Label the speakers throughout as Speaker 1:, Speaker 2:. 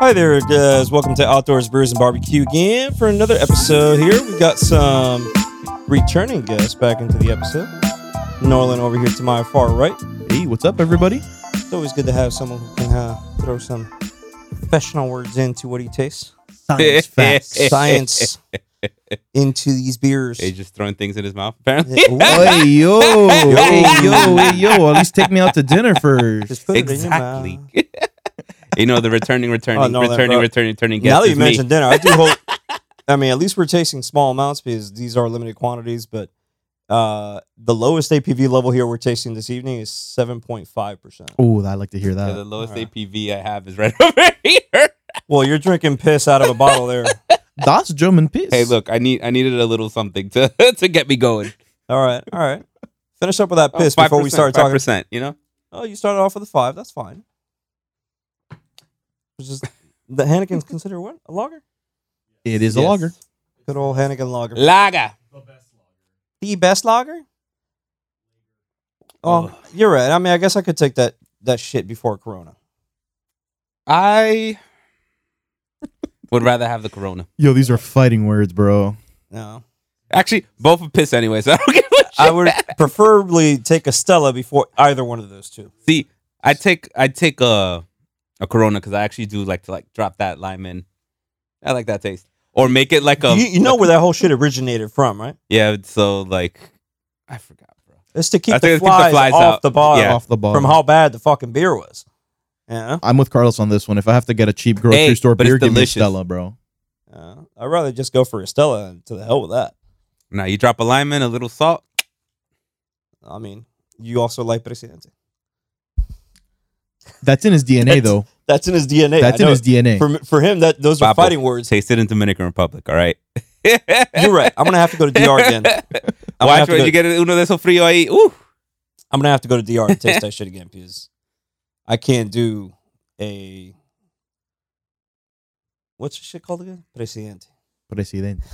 Speaker 1: Hi there, it is. Welcome to Outdoors Brews and Barbecue again for another episode. Here we got some returning guests back into the episode. Norlin over here to my far right.
Speaker 2: Hey, what's up, everybody?
Speaker 1: It's always good to have someone who can uh, throw some professional words into what he tastes,
Speaker 2: Science facts.
Speaker 1: science into these beers.
Speaker 3: He's just throwing things in his mouth. Apparently,
Speaker 2: hey, yo. Hey, yo. Hey, yo. At least take me out to dinner first.
Speaker 1: Just put it in your
Speaker 3: exactly.
Speaker 1: mouth.
Speaker 3: you know the returning, returning,
Speaker 1: Oh, no, that-
Speaker 3: returning,
Speaker 1: bro.
Speaker 3: returning, returning.
Speaker 1: Now
Speaker 3: guest
Speaker 1: that you
Speaker 3: is me.
Speaker 1: mentioned dinner, I do hope. I mean, at least we're tasting small amounts because these are limited quantities. But uh, the lowest APV level here we're tasting this evening is seven point five percent.
Speaker 2: Oh, I like to hear
Speaker 3: Yeah, the
Speaker 2: that.
Speaker 3: lowest
Speaker 1: alright.
Speaker 3: APV I have is right over here.
Speaker 1: Well, you're drinking piss out of a bottle there.
Speaker 2: That's German piss.
Speaker 3: Hey, look, I need I needed a little something to to get me going.
Speaker 1: All right, all right. Finish up with that piss before we start talking.
Speaker 3: Oh, percent, you know.
Speaker 1: Oh, you started off with a five. That's fine. Which is the Hannikin's considered what a lager?
Speaker 2: It is a
Speaker 3: Yes.
Speaker 2: lager.
Speaker 1: Good old Hannikin lager.
Speaker 3: Lager.
Speaker 1: the best lager. Oh, you're right. I mean, I guess I could take that that shit before Corona.
Speaker 3: I would rather have the Corona.
Speaker 2: Yo, these are fighting words, bro.
Speaker 1: No,
Speaker 3: Actually, both are piss anyway, so I don't give a shit.
Speaker 1: I would preferably take a Stella before either one of those two.
Speaker 3: See, I take I take a a Corona because I actually do like to like drop that lime in. I like that taste, or make it like a
Speaker 1: you, you know where that whole shit originated from, right?
Speaker 3: yeah. So like, I forgot, bro.
Speaker 1: It's to keep,
Speaker 3: I
Speaker 1: the,
Speaker 3: think it's to keep the
Speaker 1: flies
Speaker 3: flies
Speaker 1: off
Speaker 3: out.
Speaker 1: the bottle
Speaker 3: Yeah.
Speaker 2: Off the ball.
Speaker 1: from how bad the fucking beer was. Yeah,
Speaker 2: I'm with Carlos on this one. If I have to get a cheap grocery
Speaker 3: Hey,
Speaker 2: store
Speaker 3: but it's
Speaker 2: beer, give me
Speaker 3: delicious.
Speaker 2: Stella, bro.
Speaker 1: yeah. I'd rather just go for a Stella and to the hell with that.
Speaker 3: Now you drop a lime in, a little salt.
Speaker 1: I mean, you also like Presidente.
Speaker 2: That's in his DNA,
Speaker 1: That's-
Speaker 2: though.
Speaker 1: That's in his DNA.
Speaker 2: That's
Speaker 1: I
Speaker 2: in
Speaker 1: know
Speaker 2: his DNA.
Speaker 1: For, for him, that those are
Speaker 3: Papo.
Speaker 1: fighting words.
Speaker 3: Taste it in Dominican Republic. All right.
Speaker 1: You're right. I'm gonna have to go to DR again. I'm gonna have
Speaker 3: Watch
Speaker 1: to go-
Speaker 3: when you get it uno de esos frío ahí. Ooh.
Speaker 1: I'm gonna have to go to DR and taste that shit again because I can't do a what's the shit called again? Presidente.
Speaker 2: Presidente.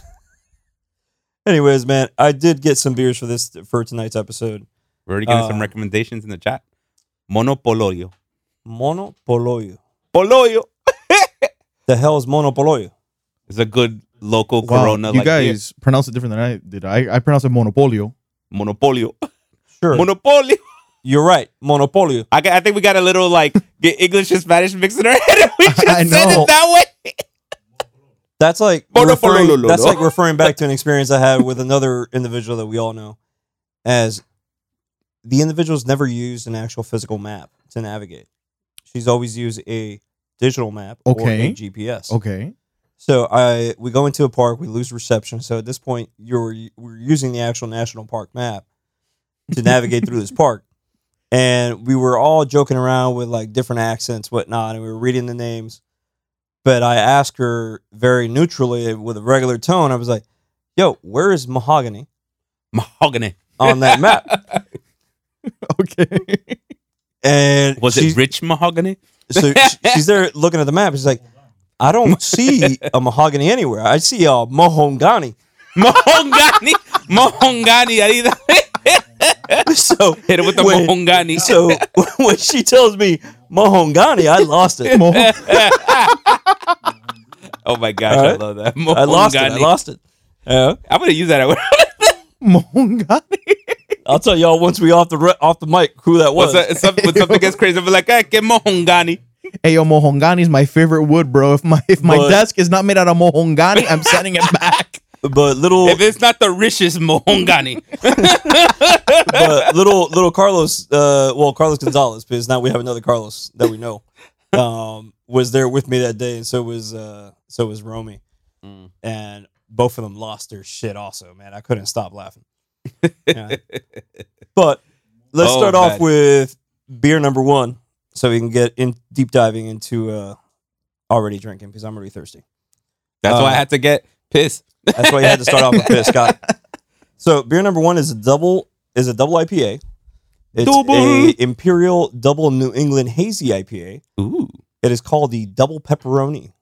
Speaker 1: Anyways, man, I did get some beers for this for tonight's episode.
Speaker 3: We're already getting
Speaker 1: Uh,
Speaker 3: some recommendations in the chat. Monopoloyo.
Speaker 1: Mono Poloyo.
Speaker 3: Poloyo
Speaker 1: The hell is Mono Poloyo?
Speaker 3: is a good local
Speaker 2: Wow,
Speaker 3: Corona.
Speaker 2: you
Speaker 3: like beer.
Speaker 2: guys pronounce it different than I did. I, I pronounce it monopolio.
Speaker 3: Monopolio.
Speaker 1: Sure,
Speaker 3: Monopolio.
Speaker 1: you're right. Monopolio.
Speaker 3: I, got- I think we got a little like get English and Spanish mixed in our head. And we just
Speaker 2: I
Speaker 3: said
Speaker 2: know.
Speaker 3: it that way.
Speaker 1: That's like
Speaker 3: Mono
Speaker 1: referring-
Speaker 3: Pololo.
Speaker 1: that's like referring back to an experience I had with another individual that we all know, as the individual's never used an actual physical map to navigate. She's always used a digital map or
Speaker 2: Okay.
Speaker 1: a GPS.
Speaker 2: Okay.
Speaker 1: So I we go into a park, we lose reception. So at this point, you're we're using the actual national park map to navigate through this park, and we were all joking around with like different accents, whatnot, and we were reading the names. But I asked her very neutrally with a regular tone. I was like, "Yo, where is mahogany
Speaker 3: Mahogany.
Speaker 1: on that map?"
Speaker 2: Okay.
Speaker 1: And
Speaker 3: Was
Speaker 1: she-
Speaker 3: it rich mahogany?
Speaker 1: So she- she's there looking at the map. She's like, "I don't see a mahogany anywhere. I see a mahogany."
Speaker 3: Mahogany. Mahogany. Hit
Speaker 1: So
Speaker 3: it with the
Speaker 1: Wait.
Speaker 3: mahogany.
Speaker 1: So when she tells me Mahongani, I lost it.
Speaker 2: Mo-
Speaker 3: oh my gosh,
Speaker 1: All
Speaker 3: I
Speaker 1: right.
Speaker 3: love that.
Speaker 1: I lost it. I
Speaker 3: Mahogany.
Speaker 1: lost it. Yeah.
Speaker 3: I'm gonna use that. at work.
Speaker 2: Mongani.
Speaker 1: I'll tell y'all once we off the re- off the mic who that was.
Speaker 3: What's that- some- when something gets crazy, I'm like, "Eh, hey, que mohongani.
Speaker 2: Hey, yo, mohongani is my favorite wood, bro. If my if my
Speaker 1: But-
Speaker 2: desk is not made out of mohongani, I'm sending it back.
Speaker 1: But little
Speaker 3: If it's not the richest mohongani,
Speaker 1: but little little Carlos, uh, well Carlos Gonzalez, because now we have another Carlos that we know, um, was there with me that day, and so was uh, so was Romy,
Speaker 3: Mm.
Speaker 1: and both of them lost their shit. Also, man, I couldn't stop laughing. Yeah. but let's
Speaker 3: Oh,
Speaker 1: start off
Speaker 3: man.
Speaker 1: with beer number one, so we can get in deep diving into uh, already drinking because I'm already thirsty.
Speaker 3: that's why I
Speaker 1: Uh,
Speaker 3: had to get pissed.
Speaker 1: That's why you had to start off with piss, Scott. So beer number one is a double is a double IPA. It's
Speaker 3: Double.
Speaker 1: a Imperial Double New England Hazy IPA.
Speaker 3: Ooh,
Speaker 1: It is called the Double Pepperoni.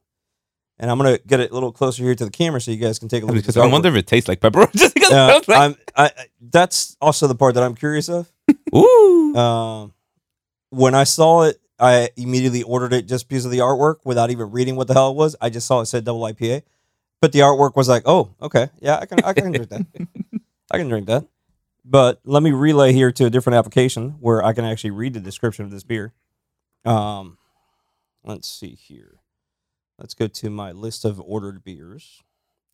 Speaker 1: And I'm gonna get it a little closer here to the camera so you guys can take a look. at
Speaker 3: because
Speaker 1: the
Speaker 3: I wonder if it tastes like pepperoni. Just because
Speaker 1: artwork.
Speaker 3: I
Speaker 1: Uh,
Speaker 3: was like,
Speaker 1: I'm- I- I- that's also the part that I'm curious of.
Speaker 3: Ooh.
Speaker 1: Um, when I saw it, I immediately ordered it just because of the artwork without even reading what the hell it was. I just saw it said double IPA, but the artwork was like, oh, okay, yeah, I can, I can drink that. I can drink that. But let me relay here to a different application where I can actually read the description of this beer. Um, let's see here. Let's go to my list of ordered beers.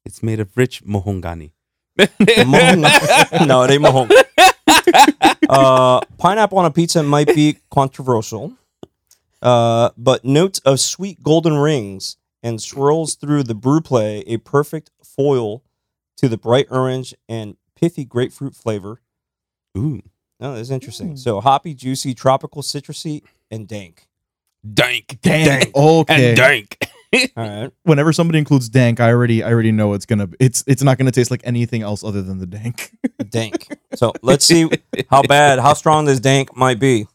Speaker 3: It's made of rich mohongani.
Speaker 1: Mahong. no, it ain't Mahong. Uh, pineapple on a pizza might be controversial, uh, but notes of sweet golden rings and swirls through the brew play a perfect foil to the bright orange and pithy grapefruit flavor.
Speaker 3: Ooh.
Speaker 1: No, that's interesting.
Speaker 2: Mm.
Speaker 1: So hoppy, juicy, tropical, citrusy, and dank.
Speaker 3: Dank.
Speaker 2: Dank.
Speaker 3: Dank.
Speaker 2: Okay.
Speaker 3: And dank.
Speaker 1: All right.
Speaker 2: Whenever somebody includes dank, I already I already know it's gonna it's it's not gonna taste like anything else other than the dank.
Speaker 1: Dank. So let's see how bad, how strong this dank might be.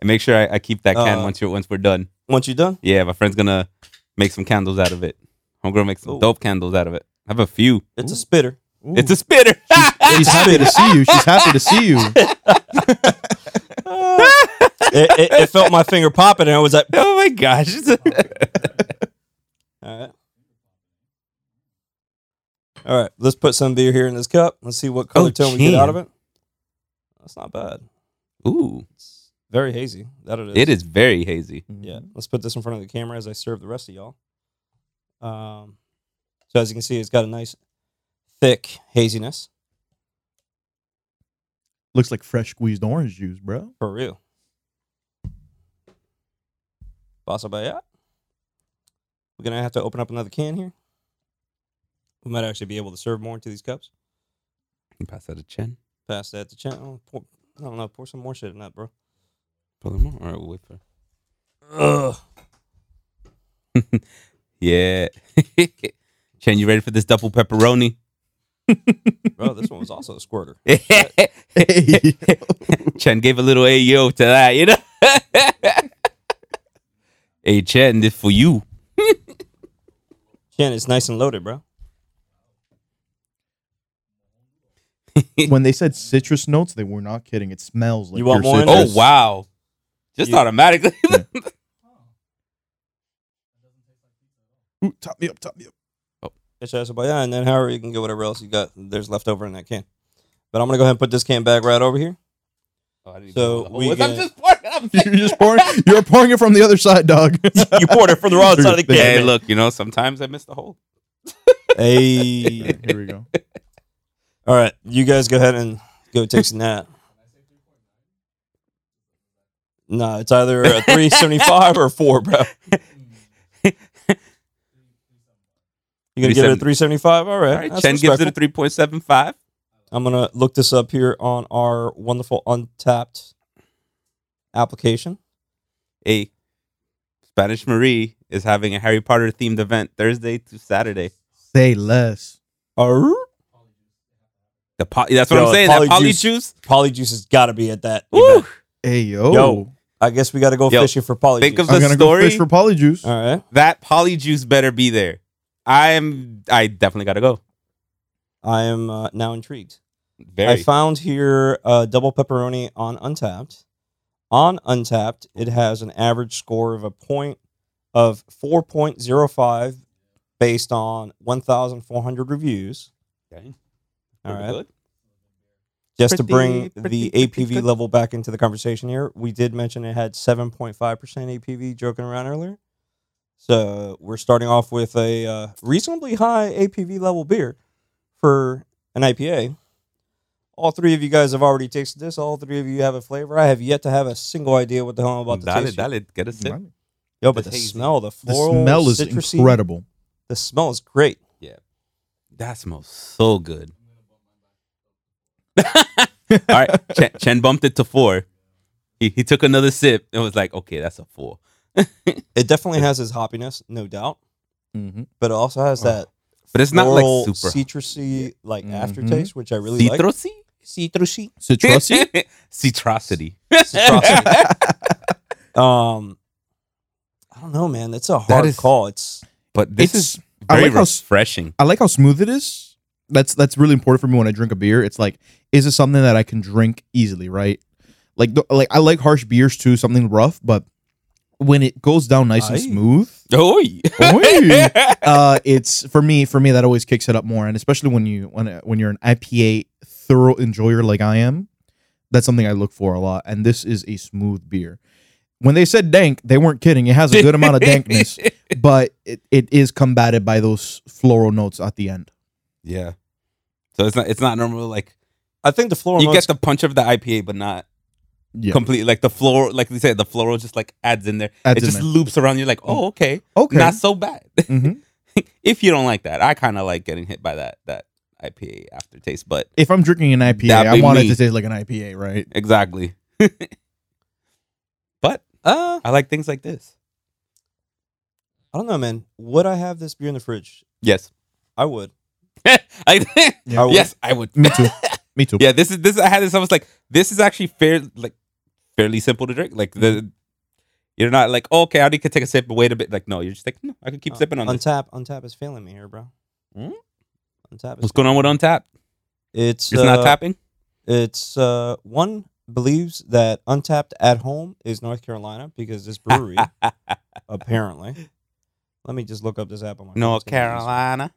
Speaker 3: And make sure I, I keep that can
Speaker 1: Uh,
Speaker 3: once you're once we're done.
Speaker 1: Once you're done,
Speaker 3: Yeah, my friend's gonna make some candles out of it. I'm gonna make some
Speaker 1: Ooh.
Speaker 3: dope candles out of it. I have a few.
Speaker 1: it's
Speaker 2: Ooh.
Speaker 1: a spitter.
Speaker 3: It's a spitter.
Speaker 2: She's happy to see you. She's happy to see you.
Speaker 1: It, it, it felt my finger popping, and I was like,
Speaker 3: oh my gosh. It's a-
Speaker 1: All right. All right. Let's put some beer here in this cup. Let's see what color
Speaker 3: Oh,
Speaker 1: tone we get out of
Speaker 3: gin.
Speaker 1: it. That's not bad.
Speaker 3: Ooh.
Speaker 1: It's very hazy. That it is.
Speaker 3: It is very hazy.
Speaker 1: Yeah. Let's put this in front of the camera as I serve the rest of y'all. Um, so as you can see, it's got a nice thick haziness
Speaker 2: Looks like fresh squeezed orange juice, bro.
Speaker 1: for real. Bossa Bayat. We're gonna have to open up another can here. We might actually be able to serve more into these cups.
Speaker 3: You pass that a chin.
Speaker 1: Pass that to Chen. Oh, pour, I don't know. Pour some more shit in that, bro.
Speaker 3: Pull them out. All right, we'll wait for
Speaker 1: Ugh.
Speaker 3: Yeah. Chen, you ready for this double pepperoni?
Speaker 1: Bro, this one was also a squirter.
Speaker 3: Chen gave a little AO to that, you know? hey, Chen, this for you.
Speaker 1: Chen, it's nice and loaded, bro.
Speaker 2: when they said citrus notes, they were not kidding. It smells like
Speaker 1: You want
Speaker 2: pure
Speaker 1: more in
Speaker 3: Oh,
Speaker 2: citrus.
Speaker 3: wow. Just
Speaker 1: You-
Speaker 3: automatically.
Speaker 2: Yeah. Ooh, top me up, top me up.
Speaker 1: Bitch ass about yeah, and then however you can get whatever else you got there's left over in that can. But I'm gonna go ahead and put this can back right over here. So we
Speaker 3: Oh, I'm
Speaker 1: get-
Speaker 3: just pouring. I'm
Speaker 2: You're just pouring. You're pouring it from the other side, dog.
Speaker 1: You poured it from the wrong side of the
Speaker 2: Yeah,
Speaker 1: can.
Speaker 3: Hey,
Speaker 1: man.
Speaker 3: look, you know, sometimes I miss the hole.
Speaker 1: Hey.
Speaker 2: Here we go.
Speaker 1: All right, you guys go ahead and go take some that. No, it's either a 375 or a 4, bro. You gonna give it a 375? All right.
Speaker 3: All right,
Speaker 1: that's
Speaker 3: Chen gives it a
Speaker 1: respectful.
Speaker 3: 3.75.
Speaker 1: I'm gonna look this up here on our wonderful Untapped application.
Speaker 3: Hey, Spanish Marie is having a Harry Potter themed event Thursday to Saturday.
Speaker 2: Say less.
Speaker 1: Arr,
Speaker 3: The po- That's what
Speaker 1: Yo,
Speaker 3: I'm saying. that poly
Speaker 1: Polyjuice.
Speaker 3: juice.
Speaker 1: Polyjuice has got to be at that.
Speaker 3: Woo!
Speaker 1: event.
Speaker 2: Hey yo.
Speaker 1: Yo. I guess we got to go
Speaker 3: Yo,
Speaker 1: fishing for Polyjuice.
Speaker 3: think of
Speaker 2: I'm
Speaker 3: The
Speaker 2: gonna
Speaker 3: story-
Speaker 2: go fish for polyjuice.
Speaker 1: All right,
Speaker 3: That polyjuice better be there. I am. I definitely gotta go.
Speaker 1: I am uh, now intrigued.
Speaker 3: Very.
Speaker 1: I found here uh, double pepperoni on Untapped. On Untapped, it has an average score of a point of 4.05 based on 1,400 reviews.
Speaker 3: Okay.
Speaker 1: All
Speaker 3: Pretty
Speaker 1: right.
Speaker 3: good.
Speaker 1: just to
Speaker 3: Pretty,
Speaker 1: bring the
Speaker 3: pretty, pretty
Speaker 1: APV
Speaker 3: good.
Speaker 1: level back into the conversation here, we did mention it had 7.5% APV joking around earlier. So we're starting off with a uh, reasonably high APV level beer for an IPA. All three of you guys have already tasted this. All three of you have a flavor. I have yet to have a single idea what the hell I'm about to
Speaker 3: Dale,
Speaker 1: taste.
Speaker 3: dale, get a sip.
Speaker 1: Yo, but
Speaker 3: It's
Speaker 1: the
Speaker 3: hazy.
Speaker 1: smell, the
Speaker 2: The
Speaker 1: floral,
Speaker 2: smell is
Speaker 1: citrusy,
Speaker 2: incredible.
Speaker 1: The smell is great.
Speaker 3: That smells so good. All right, Chen, Chen bumped it to four. He, he took another sip and was like, "Okay, that's a four.
Speaker 1: It definitely has its hoppiness, no doubt,
Speaker 2: Mm-hmm.
Speaker 1: but it also has
Speaker 3: Oh.
Speaker 1: that
Speaker 3: But it's not
Speaker 1: floral,
Speaker 3: like super
Speaker 1: citrusy like
Speaker 3: Mm-hmm.
Speaker 2: Mhm.
Speaker 1: aftertaste, which I really like.
Speaker 3: citrusy.
Speaker 1: Citrusy,
Speaker 2: Citrusy.
Speaker 3: citrosity.
Speaker 1: um, I don't know, man. That's a hard
Speaker 3: That is-
Speaker 1: call. It's
Speaker 3: But this
Speaker 2: It's-
Speaker 3: is
Speaker 2: I
Speaker 3: very
Speaker 2: like how s-
Speaker 3: refreshing.
Speaker 2: I like how smooth it is. That's that's really important for me when I drink a beer. It's like, is it something that I can drink easily, right? Like the, like I like harsh beers too, something rough, but when it goes down nice and
Speaker 1: Aye.
Speaker 2: smooth,
Speaker 3: Oy.
Speaker 2: Oy. uh, it's for me for me that always kicks it up more, and especially when you when uh, when you're an IPA thorough enjoyer like I am, that's something I look for a lot. And this is a smooth beer. When they said dank, they weren't kidding. It has a good amount of dankness, but it, it is combated by those floral notes at the end.
Speaker 3: Yeah. So it's not it's not normal like
Speaker 1: I think the floral
Speaker 3: you
Speaker 1: notes
Speaker 3: get the punch of the IPA but not
Speaker 2: Yeah.
Speaker 3: completely like the floral like we said the floral just like adds in there.
Speaker 2: Adds
Speaker 3: it
Speaker 2: in
Speaker 3: just
Speaker 2: there.
Speaker 3: loops around you're like, "Oh, okay.
Speaker 2: okay.
Speaker 3: Not so bad."
Speaker 2: Mhm.
Speaker 3: if you don't like that, I kind of like getting hit by that that IPA aftertaste, but
Speaker 2: If I'm drinking an IPA,
Speaker 3: That'd
Speaker 2: I
Speaker 3: be
Speaker 2: want it
Speaker 3: me.
Speaker 2: to taste like an IPA, right?
Speaker 3: exactly. but
Speaker 1: uh,
Speaker 3: I like things like this.
Speaker 1: I don't know, man. Would I have this beer in the fridge?
Speaker 3: Yes.
Speaker 1: I would.
Speaker 3: I,
Speaker 1: I would.
Speaker 3: yes, I would.
Speaker 2: Me too. Me too.
Speaker 3: Yeah, this is this. I had this. I was like, this is actually fair, like fairly simple to drink. Like the, you're not like oh, okay, I could take a sip, but wait a bit. Like no, you're just like no, I could keep
Speaker 1: Uh,
Speaker 3: sipping on this.
Speaker 1: Untap, untap is failing me here, bro.
Speaker 3: Hmm?
Speaker 1: Untap is
Speaker 3: What's going on with Untap?
Speaker 1: It's
Speaker 3: It's
Speaker 1: uh,
Speaker 3: not tapping.
Speaker 1: It's uh, one believes that Untapped at home is North Carolina because this brewery apparently. Let me just look up this app on my. phone.
Speaker 3: North
Speaker 1: It's gonna be easy.
Speaker 3: Carolina.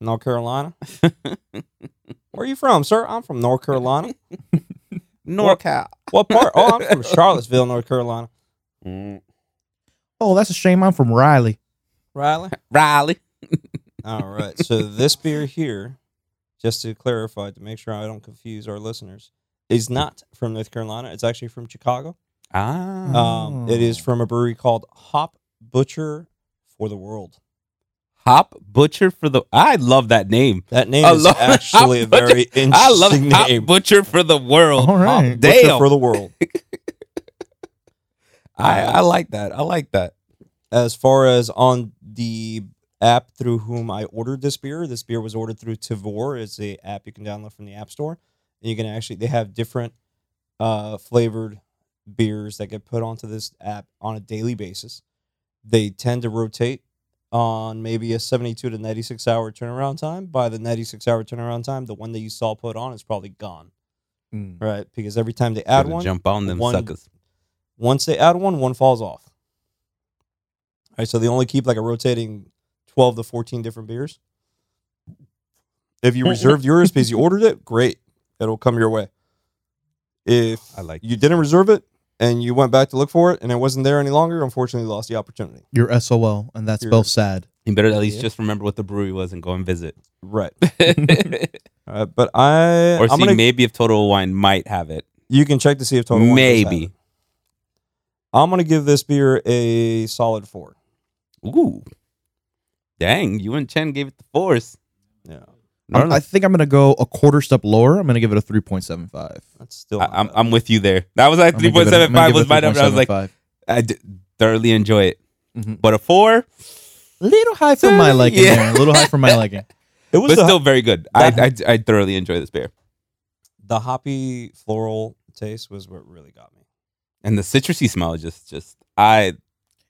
Speaker 1: North Carolina. Where are you from, sir? I'm from North Carolina.
Speaker 3: NorCal.
Speaker 1: What part? Oh, I'm from Charlottesville, North Carolina.
Speaker 3: Mm.
Speaker 2: Oh, that's a shame. I'm from Riley.
Speaker 1: Riley.
Speaker 3: Raleigh.
Speaker 1: All right. So this beer here, just to clarify, to make sure I don't confuse our listeners, is not from North Carolina. It's actually from Chicago.
Speaker 3: Ah.
Speaker 1: Um, It is
Speaker 2: Oh.
Speaker 1: from a brewery called Hop Butcher for the World.
Speaker 3: Hop Butcher for the. I love that name.
Speaker 1: That name
Speaker 3: I
Speaker 1: is
Speaker 3: love-
Speaker 1: actually a
Speaker 3: Hop Butcher.
Speaker 1: very interesting
Speaker 3: I love Hop
Speaker 1: name.
Speaker 3: Butcher for the world.
Speaker 2: All right.
Speaker 3: Damn.
Speaker 1: Butcher for the World.
Speaker 3: I, I like that. I like that.
Speaker 1: As far as on the app through whom I ordered this beer, this beer was ordered through Tavor. It's a app you can download from the App Store, and you can actually they have different uh, flavored beers that get put onto this app on a daily basis. They tend to rotate on maybe a 72 to 96 hour turnaround time. By the 96 hour turnaround time, the one that you saw put on is probably gone,
Speaker 2: Mm.
Speaker 1: right? Because every time they add
Speaker 3: Gotta
Speaker 1: one,
Speaker 3: Jump on them
Speaker 1: one-
Speaker 3: suckers.
Speaker 1: once they add one, one falls off. All right, so they only keep like a rotating 12 to 14 different beers. If you reserved yours because you ordered it, great. It'll come your way. If
Speaker 3: I like
Speaker 1: you didn't reserve it and you went back to look for it and it wasn't there any longer, unfortunately, you lost the opportunity.
Speaker 2: Your SOL, and that
Speaker 1: Your-
Speaker 2: spells sad.
Speaker 3: You better at least
Speaker 1: Yeah.
Speaker 3: just remember what the brewery was and go and visit.
Speaker 1: Right.
Speaker 3: or
Speaker 1: Uh, but I,
Speaker 3: see,
Speaker 1: I'm gonna,
Speaker 3: maybe if Total Wine might have it.
Speaker 1: you can check to see if Total Wine does have
Speaker 3: Maybe.
Speaker 1: it. I'm going to give this beer a solid four.
Speaker 3: Ooh, dang! You and Chen gave it the force.
Speaker 1: Yeah.
Speaker 2: I'm- I think I'm gonna go a quarter step lower. I'm gonna give it a 3.75.
Speaker 1: That's still.
Speaker 3: I,
Speaker 1: not
Speaker 3: I'm
Speaker 1: bad.
Speaker 3: I'm with you there. That was like
Speaker 2: I'm gonna
Speaker 3: three
Speaker 2: give it
Speaker 3: point
Speaker 2: a-
Speaker 3: seven
Speaker 2: I'm gonna
Speaker 3: five
Speaker 2: give it
Speaker 3: was my number. I was like,
Speaker 2: 3.75.
Speaker 3: I d- thoroughly enjoy it,
Speaker 2: Mhm.
Speaker 3: but a four,
Speaker 2: little high for my
Speaker 3: Uh,
Speaker 2: liking.
Speaker 3: yeah.
Speaker 2: there, A little high for my liking.
Speaker 1: it was
Speaker 3: but
Speaker 1: the-
Speaker 3: still very good. I, I I thoroughly enjoy this beer,
Speaker 1: the hoppy floral taste was what really got me.
Speaker 3: and the citrusy smell is just just I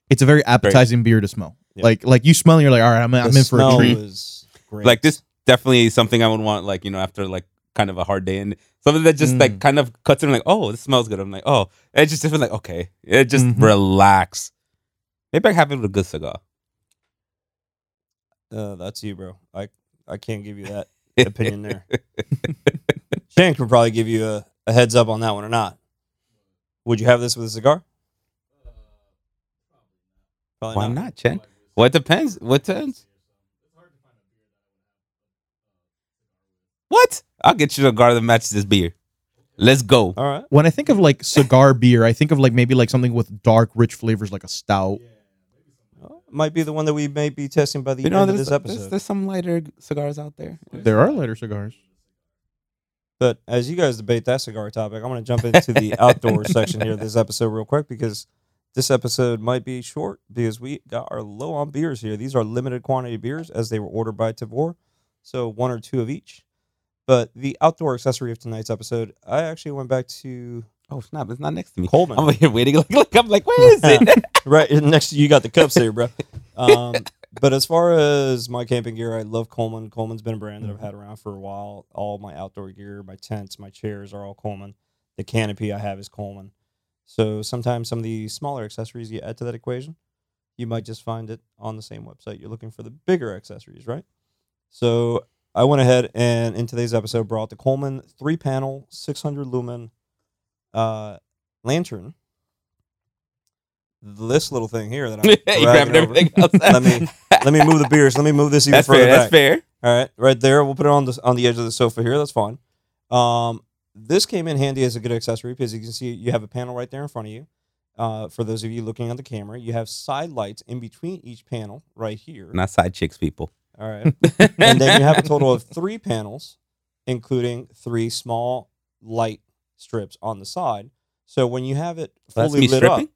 Speaker 2: It's a very appetizing beer to smell.
Speaker 1: Yeah.
Speaker 2: Like like you smell, and you're like, all right, I'm, I'm
Speaker 1: The
Speaker 2: in for a
Speaker 1: smell
Speaker 2: treat.
Speaker 1: was great.
Speaker 3: like this. Definitely something I would want like you know after like kind of a hard day and something that just like
Speaker 2: Mm.
Speaker 3: kind of cuts in like oh this smells good. I'm like oh it's just different like okay it just
Speaker 1: Mm-hmm.
Speaker 2: Mhm.
Speaker 3: relax. Maybe I can have it with a good cigar.
Speaker 1: Uh, that's you, bro. I I can't give you that opinion there. Shan can probably give you a, a heads up on that one or not. Would you have this with a cigar? Probably
Speaker 3: Why not, Chen? What depends? What depends? What? I'll get you a cigar that matches this beer. Let's go.
Speaker 1: All right.
Speaker 2: When I think of like cigar beer, I think of like maybe like something with dark, rich flavors, like a stout.
Speaker 1: Well, Might be the one that we may be testing by the
Speaker 3: You know,
Speaker 1: end of this
Speaker 3: there's, there's-
Speaker 1: episode.
Speaker 3: there's some lighter cigars out there.
Speaker 2: There are lighter cigars.
Speaker 1: But as you guys debate that cigar topic, I'm going to jump into the outdoor section here of this episode real quick because this episode might be short because we got our low on beers here. These are limited quantity beers as they were ordered by Tavor, so one or two of each. But the outdoor accessory of tonight's episode, I actually went back to
Speaker 3: Oh snap! It's not next to me.
Speaker 1: Coleman.
Speaker 3: I'm over here waiting. Like, like I'm like, where is it?
Speaker 1: right next to you got the cups there, bro. Um, but as far as my camping gear, I love Coleman.
Speaker 3: Mm-hmm.
Speaker 1: Coleman's been a brand that I've had around for a while. All my outdoor gear, my tents, my chairs are all Coleman. the canopy I have is Coleman. So sometimes some of the smaller accessories you add to that equation, you might just find it on the same website. You're looking for the bigger accessories, right? So I went ahead and in today's episode brought the Coleman three panel, 600 lumen uh, lantern. This little thing here that I'm
Speaker 3: you
Speaker 1: dragging
Speaker 3: grabbing
Speaker 1: over.
Speaker 3: everything else.
Speaker 1: Let me- Let me move the beers. Let me move this even
Speaker 3: That's
Speaker 1: further
Speaker 3: fair.
Speaker 1: back.
Speaker 3: That's fair.
Speaker 1: All right, right there. We'll put it on the on the edge of the sofa here. That's fine. Um, this came in handy as a good accessory because you can see you have a panel right there in front of you. Uh, for those of you looking on the camera, you have side lights in between each panel right here.
Speaker 3: Not side chicks, people.
Speaker 1: All right, and then you have a total of three panels, including three small light strips on the side. So when you have it
Speaker 3: That's
Speaker 1: fully
Speaker 3: me
Speaker 1: lit
Speaker 3: stripping.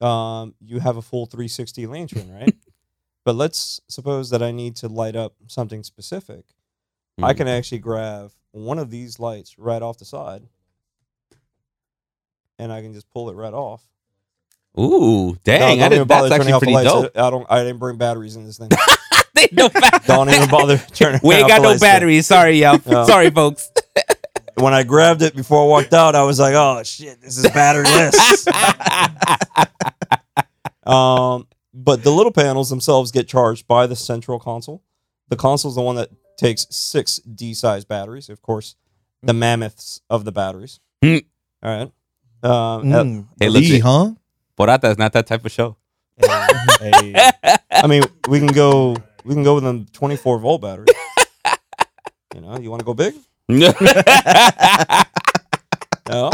Speaker 1: up, um, you have a full 360 lantern, right? but let's suppose that I need to light up something specific. I
Speaker 3: Mm.
Speaker 1: can actually grab one of these lights right off the side, and I can just pull it right off.
Speaker 3: Ooh,
Speaker 1: No,
Speaker 3: dang!
Speaker 1: don't
Speaker 3: I
Speaker 1: even
Speaker 3: didn't,
Speaker 1: bother
Speaker 3: that's
Speaker 1: turning
Speaker 3: actually
Speaker 1: off the
Speaker 3: pretty
Speaker 1: lights.
Speaker 3: dope.
Speaker 1: I don't. I didn't bring batteries in this thing.
Speaker 3: They no ba-
Speaker 1: don't even bother turning.
Speaker 3: We ain't
Speaker 1: off
Speaker 3: got
Speaker 1: the
Speaker 3: no
Speaker 1: lights there.
Speaker 3: batteries. Sorry, y'all.
Speaker 1: No.
Speaker 3: Sorry, folks.
Speaker 1: When I grabbed it before I walked out, I was like, "Oh shit, this is batteryless." Um, but the little panels themselves get charged by the central console. The console's the one that takes six D size batteries, of course, the mammoths of the batteries.
Speaker 3: Hmm.
Speaker 1: All right. Um, uh,
Speaker 2: Mm,
Speaker 3: Hey,
Speaker 2: gee,
Speaker 3: legit.
Speaker 2: huh?
Speaker 3: Borata is not that type of show.
Speaker 1: a- uh, I mean, we can go. We can go with a 24 volt battery. You know, you want to go big? No.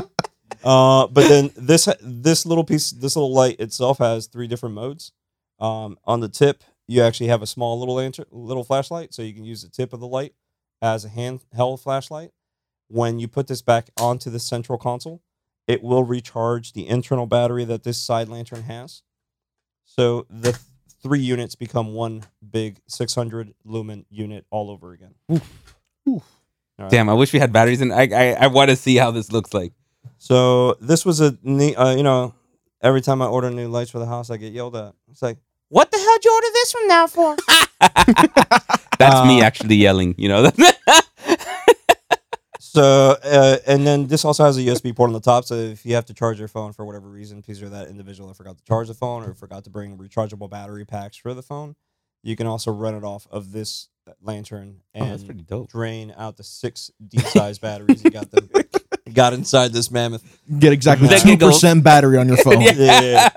Speaker 1: Uh, but then this this little piece, this little light itself has three different modes. Um, on the tip, you actually have a small little lantern, little flashlight, so you can use the tip of the light as a handheld flashlight. When you put this back onto the central console, it will recharge the internal battery that this side lantern has. So the th- three units become one big 600 lumen unit all over again.
Speaker 3: Damn, I wish we had batteries. And I, I, I want to see how this looks like.
Speaker 1: So this was a neat, uh, you know, every time I order new lights for the house, I get yelled at. It's like, what the hell'd you order this one now for?
Speaker 3: That's me
Speaker 1: Uh,
Speaker 3: actually yelling. You know.
Speaker 1: so, uh, and then this also has a USB port on the top. So if you have to charge your phone for whatever reason, because you're that individual that forgot to charge the phone or forgot to bring rechargeable battery packs for the phone, you can also run it off of this lantern
Speaker 3: Oh,
Speaker 1: and
Speaker 3: that's pretty dope.
Speaker 1: drain out the six D-size batteries you got them got inside this mammoth.
Speaker 2: Get exactly
Speaker 1: That
Speaker 2: two
Speaker 3: giggles.
Speaker 2: percent battery on your phone.
Speaker 3: Yeah.
Speaker 1: yeah, yeah, yeah.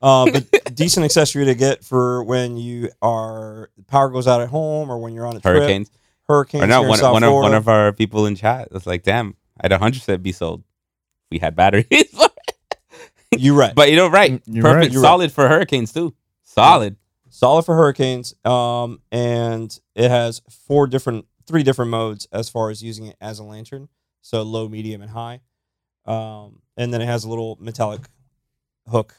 Speaker 1: Uh, but decent accessory to get for when you are power goes out at home or when you're on a trip.
Speaker 3: Hurricanes.
Speaker 1: Hurricanes.
Speaker 3: Or no,
Speaker 1: here in
Speaker 3: one,
Speaker 1: South
Speaker 3: one of one
Speaker 1: Florida.
Speaker 3: of our people in chat was like, "Damn, I'd 100 percent be sold. if We had batteries,
Speaker 1: you right.
Speaker 3: but you know, right?
Speaker 2: Mm, You're
Speaker 3: Perfect,
Speaker 2: right.
Speaker 1: You're right.
Speaker 3: solid for hurricanes too. Solid.
Speaker 1: solid for hurricanes. Um, and it has four different, three different modes as far as using it as a lantern. So low, medium, and high. Um, and then it has a little metallic hook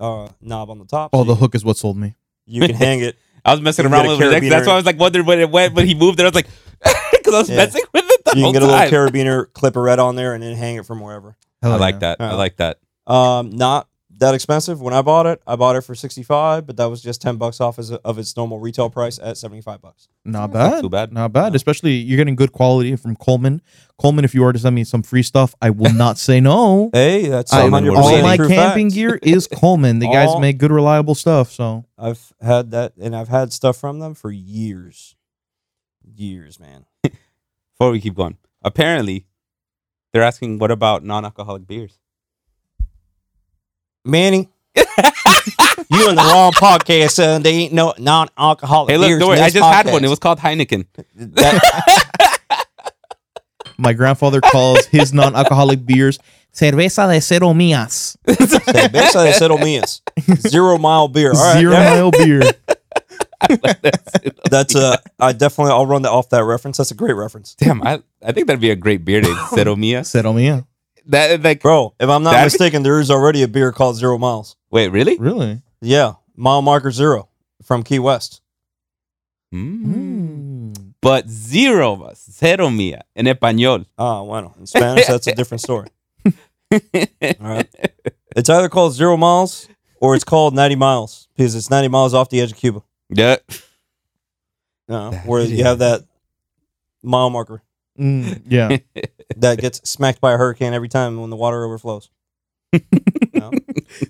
Speaker 1: uh, knob on the top.
Speaker 2: Oh,
Speaker 1: so
Speaker 2: the
Speaker 1: you,
Speaker 2: hook is what sold me.
Speaker 1: you can hang it.
Speaker 3: I was messing
Speaker 1: You can
Speaker 3: around
Speaker 1: get a
Speaker 3: with it.
Speaker 1: carabiner.
Speaker 3: That's why I was like wondering when it went when he moved. There, I was like, because I was
Speaker 1: Yeah.
Speaker 3: messing with it the
Speaker 1: You
Speaker 3: whole
Speaker 1: can get a little
Speaker 3: time.
Speaker 1: carabiner clipperette on there and then hang it from wherever.
Speaker 2: Hell
Speaker 3: I
Speaker 2: yeah.
Speaker 3: like that. I
Speaker 1: Yeah.
Speaker 3: like that.
Speaker 1: Um, not that expensive. When I bought it, I bought it for sixty five, but that was just ten bucks off as of its normal retail price at seventy five bucks.
Speaker 2: Not
Speaker 3: That's not
Speaker 2: bad.
Speaker 3: too bad.
Speaker 2: Not bad. Especially you're getting good quality from Coleman. Coleman, if you are to send me some free stuff, I will not say no.
Speaker 1: Hey, that's
Speaker 2: I,
Speaker 3: Coleman, we're
Speaker 2: all
Speaker 3: waiting.
Speaker 2: my
Speaker 1: proof
Speaker 2: camping
Speaker 1: facts.
Speaker 2: gear is Coleman. The
Speaker 1: All-
Speaker 2: guys make good, reliable stuff. So
Speaker 1: I've had that, and I've had stuff from them for years, years, man.
Speaker 3: Before we keep going, apparently, they're asking, "What about non-alcoholic beers?"
Speaker 1: Manny, you in the wrong podcast, son. They ain't no non alcoholic.
Speaker 3: Hey, look, don't worry. I just had one. It was called Heineken.
Speaker 2: my grandfather calls his non-alcoholic beers cerveza de cero mías.
Speaker 1: basically settle me is zero mile beer. All right,
Speaker 2: Zero
Speaker 1: yeah.
Speaker 2: mile beer.
Speaker 1: That's uh, I definitely I'll run that off that reference. That's a great reference,
Speaker 3: Damn, I, I think that'd be a great beer name, Cero Mia.
Speaker 2: Cero mía.
Speaker 3: That like,
Speaker 1: bro. If I'm not
Speaker 3: That'd be-
Speaker 1: mistaken, there is already a beer called Zero Miles.
Speaker 3: wait, really?
Speaker 2: Really?
Speaker 1: Yeah, mile marker zero from Key West.
Speaker 3: Mm.
Speaker 1: Hmm.
Speaker 2: Mm.
Speaker 3: But zero was Cero Mia in español.
Speaker 1: Ah, bueno. In Spanish, that's a different story. All right. It's either called zero miles or it's called 90 miles because it's 90 miles off the edge of Cuba,
Speaker 3: Yeah.
Speaker 1: uh,
Speaker 3: That
Speaker 1: where you have that mile marker.
Speaker 2: Mm, yeah.
Speaker 1: that gets smacked by a hurricane every time when the water overflows.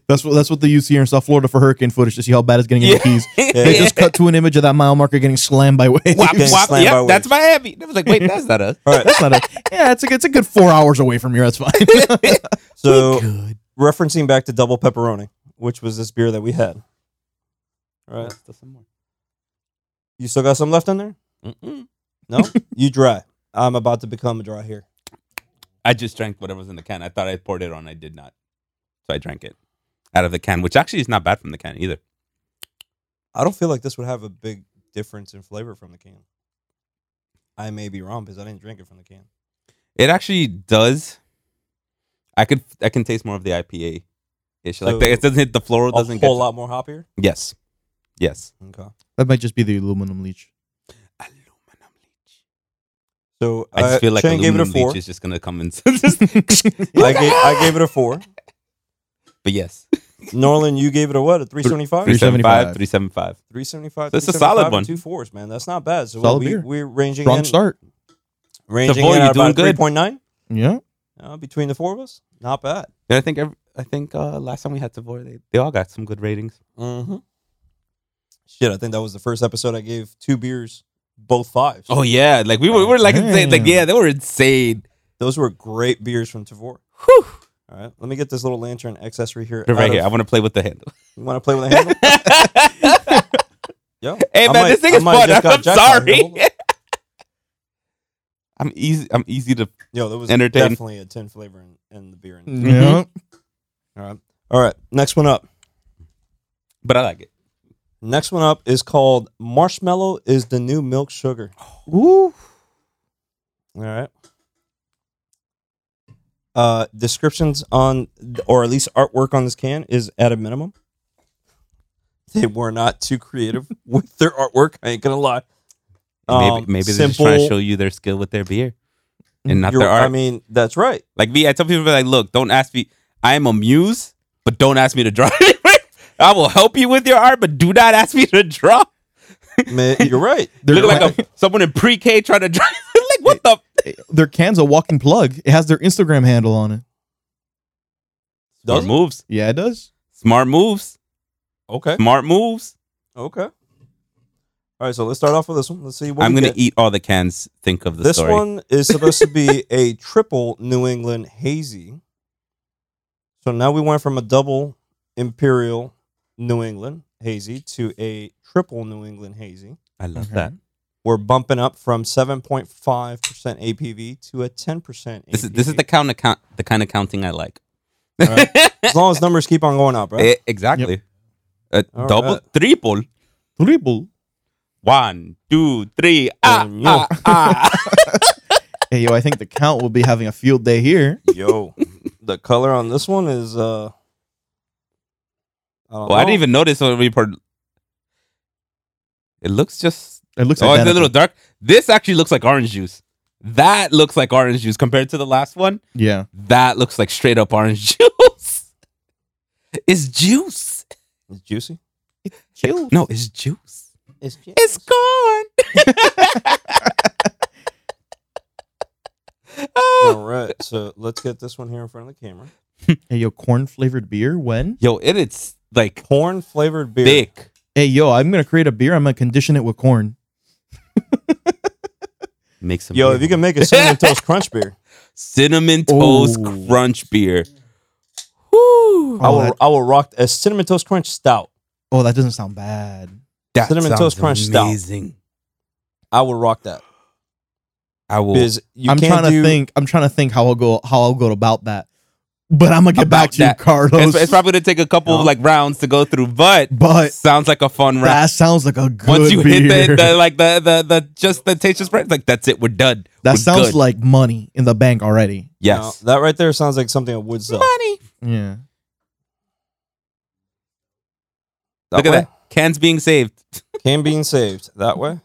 Speaker 2: That's what that's what they use here in South Florida for hurricane footage to see how bad it's getting in
Speaker 3: Yeah.
Speaker 2: the keys.
Speaker 1: Yeah.
Speaker 2: They just cut to an image of that mile marker getting slammed by waves.
Speaker 3: Wop,
Speaker 1: Getting
Speaker 3: wop,
Speaker 1: slammed by
Speaker 3: yep,
Speaker 1: waves.
Speaker 3: that's Miami. It was like, wait, that's not us.
Speaker 1: All right.
Speaker 2: That's not a, yeah, it's a, it's a good four hours away from here. That's fine.
Speaker 1: So
Speaker 3: Good.
Speaker 1: referencing back to double pepperoni, which was this beer that we had. All right.
Speaker 3: Still some more.
Speaker 1: You still got some left in there?
Speaker 3: Mm-mm.
Speaker 1: No? you dry. I'm about to become a dry here.
Speaker 3: I just drank whatever was in the can. I thought I poured it on. I did not. So I drank it out of the can, which actually is not bad from the can either.
Speaker 1: I don't feel like this would have a big difference in flavor from the can. I may be wrong because I didn't drink it from the can.
Speaker 3: It actually does. I could I can taste more of the IPA. Ish.
Speaker 1: So-
Speaker 3: like the, it doesn't hit the floral
Speaker 1: A
Speaker 3: doesn't get
Speaker 1: whole lot more hoppier.
Speaker 3: Yes. Yes.
Speaker 1: Okay.
Speaker 2: that might just be the aluminum leech.
Speaker 3: Aluminum leech.
Speaker 1: So uh,
Speaker 3: I just feel like
Speaker 1: Shane gave it a
Speaker 3: aluminum
Speaker 1: four.
Speaker 3: leech is just gonna come in.
Speaker 1: I, gave, I gave it a four.
Speaker 3: but yes.
Speaker 1: Norlin, you gave it a what? A 375?
Speaker 2: 375.
Speaker 3: 375. 375.
Speaker 1: 375.
Speaker 3: That's a
Speaker 1: 375,
Speaker 3: solid
Speaker 1: and
Speaker 3: one.
Speaker 1: Two fours, man. That's not bad. So
Speaker 2: Solid
Speaker 1: we,
Speaker 2: beer.
Speaker 1: we're ranging
Speaker 2: Strong
Speaker 1: in,
Speaker 2: start.
Speaker 1: ranging
Speaker 3: Devon,
Speaker 1: in
Speaker 3: you're
Speaker 1: at
Speaker 3: doing
Speaker 1: about
Speaker 3: good.
Speaker 1: 3.9
Speaker 2: Yeah.
Speaker 1: uh, between the four of us. Not bad.
Speaker 3: And I think every, I think uh, last time we had Tavor, they, they all got some good ratings.
Speaker 1: Mm-hmm. Shit, I think that was the first episode I gave two beers, both fives.
Speaker 3: Oh yeah, like we were, we were like insane. like
Speaker 2: Damn.
Speaker 3: yeah, they were insane.
Speaker 1: Those were great beers from Tavor.
Speaker 3: Whew.
Speaker 1: All right, let me get this little lantern accessory here.
Speaker 3: They're
Speaker 1: out
Speaker 3: right
Speaker 1: of-
Speaker 3: here. I want to play with the handle.
Speaker 1: You want to play with a handle? Yo,
Speaker 3: hey
Speaker 1: I
Speaker 3: man,
Speaker 1: might-
Speaker 3: this thing
Speaker 1: I
Speaker 3: is
Speaker 1: might
Speaker 3: fun.
Speaker 1: just
Speaker 3: I'm,
Speaker 1: got jackpot here.
Speaker 3: sorry.
Speaker 1: Hold on.
Speaker 3: I'm easy. I'm easy to.
Speaker 1: Yo, that was
Speaker 3: Entertain.
Speaker 1: definitely a tin flavor in, in the beer.
Speaker 3: Mm-hmm.
Speaker 1: In.
Speaker 2: Yeah.
Speaker 1: All right, all right. Next one up.
Speaker 3: But I like it.
Speaker 1: Next one up is called Marshmallow is the New Milk Sugar.
Speaker 2: Ooh.
Speaker 1: All right. Uh, descriptions on, or at least artwork on this can is at a minimum. They were not too creative with their artwork. I ain't gonna lie. Um,
Speaker 3: maybe maybe they're just trying to
Speaker 1: simple-
Speaker 3: show you their skill with their beer and not
Speaker 1: You're-
Speaker 3: their art.
Speaker 1: I mean, that's right.
Speaker 3: like me, I tell people like, look, don't ask me. I am a muse, but don't ask me to draw. I will help you with your art, but do not ask me to draw.
Speaker 1: Ma- You're right.
Speaker 2: They're
Speaker 3: Look like a, someone in pre-K trying to draw. like what the?
Speaker 2: Their can's a walking plug. It has their Instagram handle on it.
Speaker 3: Smart
Speaker 1: Does it?
Speaker 3: moves.
Speaker 2: Yeah, it does.
Speaker 3: Smart moves.
Speaker 1: Okay.
Speaker 3: Smart moves.
Speaker 1: Okay. All right. So let's start off with this one. Let's see what
Speaker 3: I'm
Speaker 1: we
Speaker 3: gonna
Speaker 1: get.
Speaker 3: eat all the cans. Think of the
Speaker 1: This
Speaker 3: story.
Speaker 1: one is supposed to be a triple New England hazy. So now we went from a double imperial New England hazy to a triple New England hazy.
Speaker 3: I love
Speaker 2: Okay.
Speaker 3: that.
Speaker 1: We're bumping up from 7.5% APV to a 10% APV.
Speaker 3: This is this is the count account the kind of counting I like.
Speaker 1: Alright. as long as numbers keep on going up, right?
Speaker 3: Eh, exactly. A
Speaker 1: All
Speaker 3: double,
Speaker 1: right.
Speaker 3: triple.
Speaker 2: Triple.
Speaker 3: One, two, three. Ah,
Speaker 1: Coño.
Speaker 3: ah, ah.
Speaker 2: Hey, yo, I think the count will be having a field day here.
Speaker 1: Yo, the color on this one is uh I don't
Speaker 3: Well, Oh, I didn't
Speaker 1: know.
Speaker 3: even notice when we poured. It looks just
Speaker 2: It looks
Speaker 3: oh,
Speaker 2: like
Speaker 3: it's a little dark. This actually looks like orange juice. That looks like orange juice compared to the last one.
Speaker 2: Yeah.
Speaker 3: That looks like straight up orange juice. it's juice.
Speaker 1: It's juicy.
Speaker 2: Chill.
Speaker 3: No, it's juice.
Speaker 1: It's
Speaker 3: It's gone. oh.
Speaker 1: All right, so let's get this one here in front of the camera.
Speaker 2: Hey, yo, corn flavored beer when?
Speaker 3: Yo, it is like
Speaker 1: Corn flavored beer.
Speaker 3: thick.
Speaker 2: Hey, yo, I'm going to create a beer. I'm going to condition it with corn.
Speaker 3: Make some
Speaker 1: Yo,
Speaker 3: beer.
Speaker 1: if you can make a cinnamon toast crunch beer,
Speaker 3: cinnamon toast
Speaker 2: Ooh.
Speaker 3: crunch beer. Woo.
Speaker 1: I
Speaker 2: Oh,
Speaker 1: will
Speaker 2: that-
Speaker 1: I will rock a cinnamon toast crunch stout.
Speaker 2: Oh, that doesn't sound bad.
Speaker 3: That
Speaker 1: Cinnamon
Speaker 3: sounds
Speaker 1: Toast Crunch stout.
Speaker 3: Amazing.
Speaker 1: I will rock that.
Speaker 3: I will.
Speaker 1: Because you
Speaker 2: I'm
Speaker 1: can't
Speaker 2: trying to
Speaker 1: do,
Speaker 2: think. I'm trying to think how I'll go how I'll go about that. But I'm gonna get back
Speaker 3: About
Speaker 2: to
Speaker 3: that.
Speaker 2: you, Carlos.
Speaker 3: It's, it's probably gonna take a couple of like rounds to go through, but
Speaker 2: But-
Speaker 3: sounds like a fun round.
Speaker 2: that sounds like a good
Speaker 3: Once you hit
Speaker 2: beer.
Speaker 3: the, the like the the the just the taste of spread, like that's it. We're done.
Speaker 2: that
Speaker 3: We're
Speaker 2: sounds
Speaker 3: good.
Speaker 2: like money in the bank already.
Speaker 1: no,
Speaker 3: yes.
Speaker 1: that right there sounds like something I would sell.
Speaker 3: Money.
Speaker 2: Yeah.
Speaker 3: Look at
Speaker 1: way?
Speaker 3: that. Cans being saved.
Speaker 1: Can being saved that way.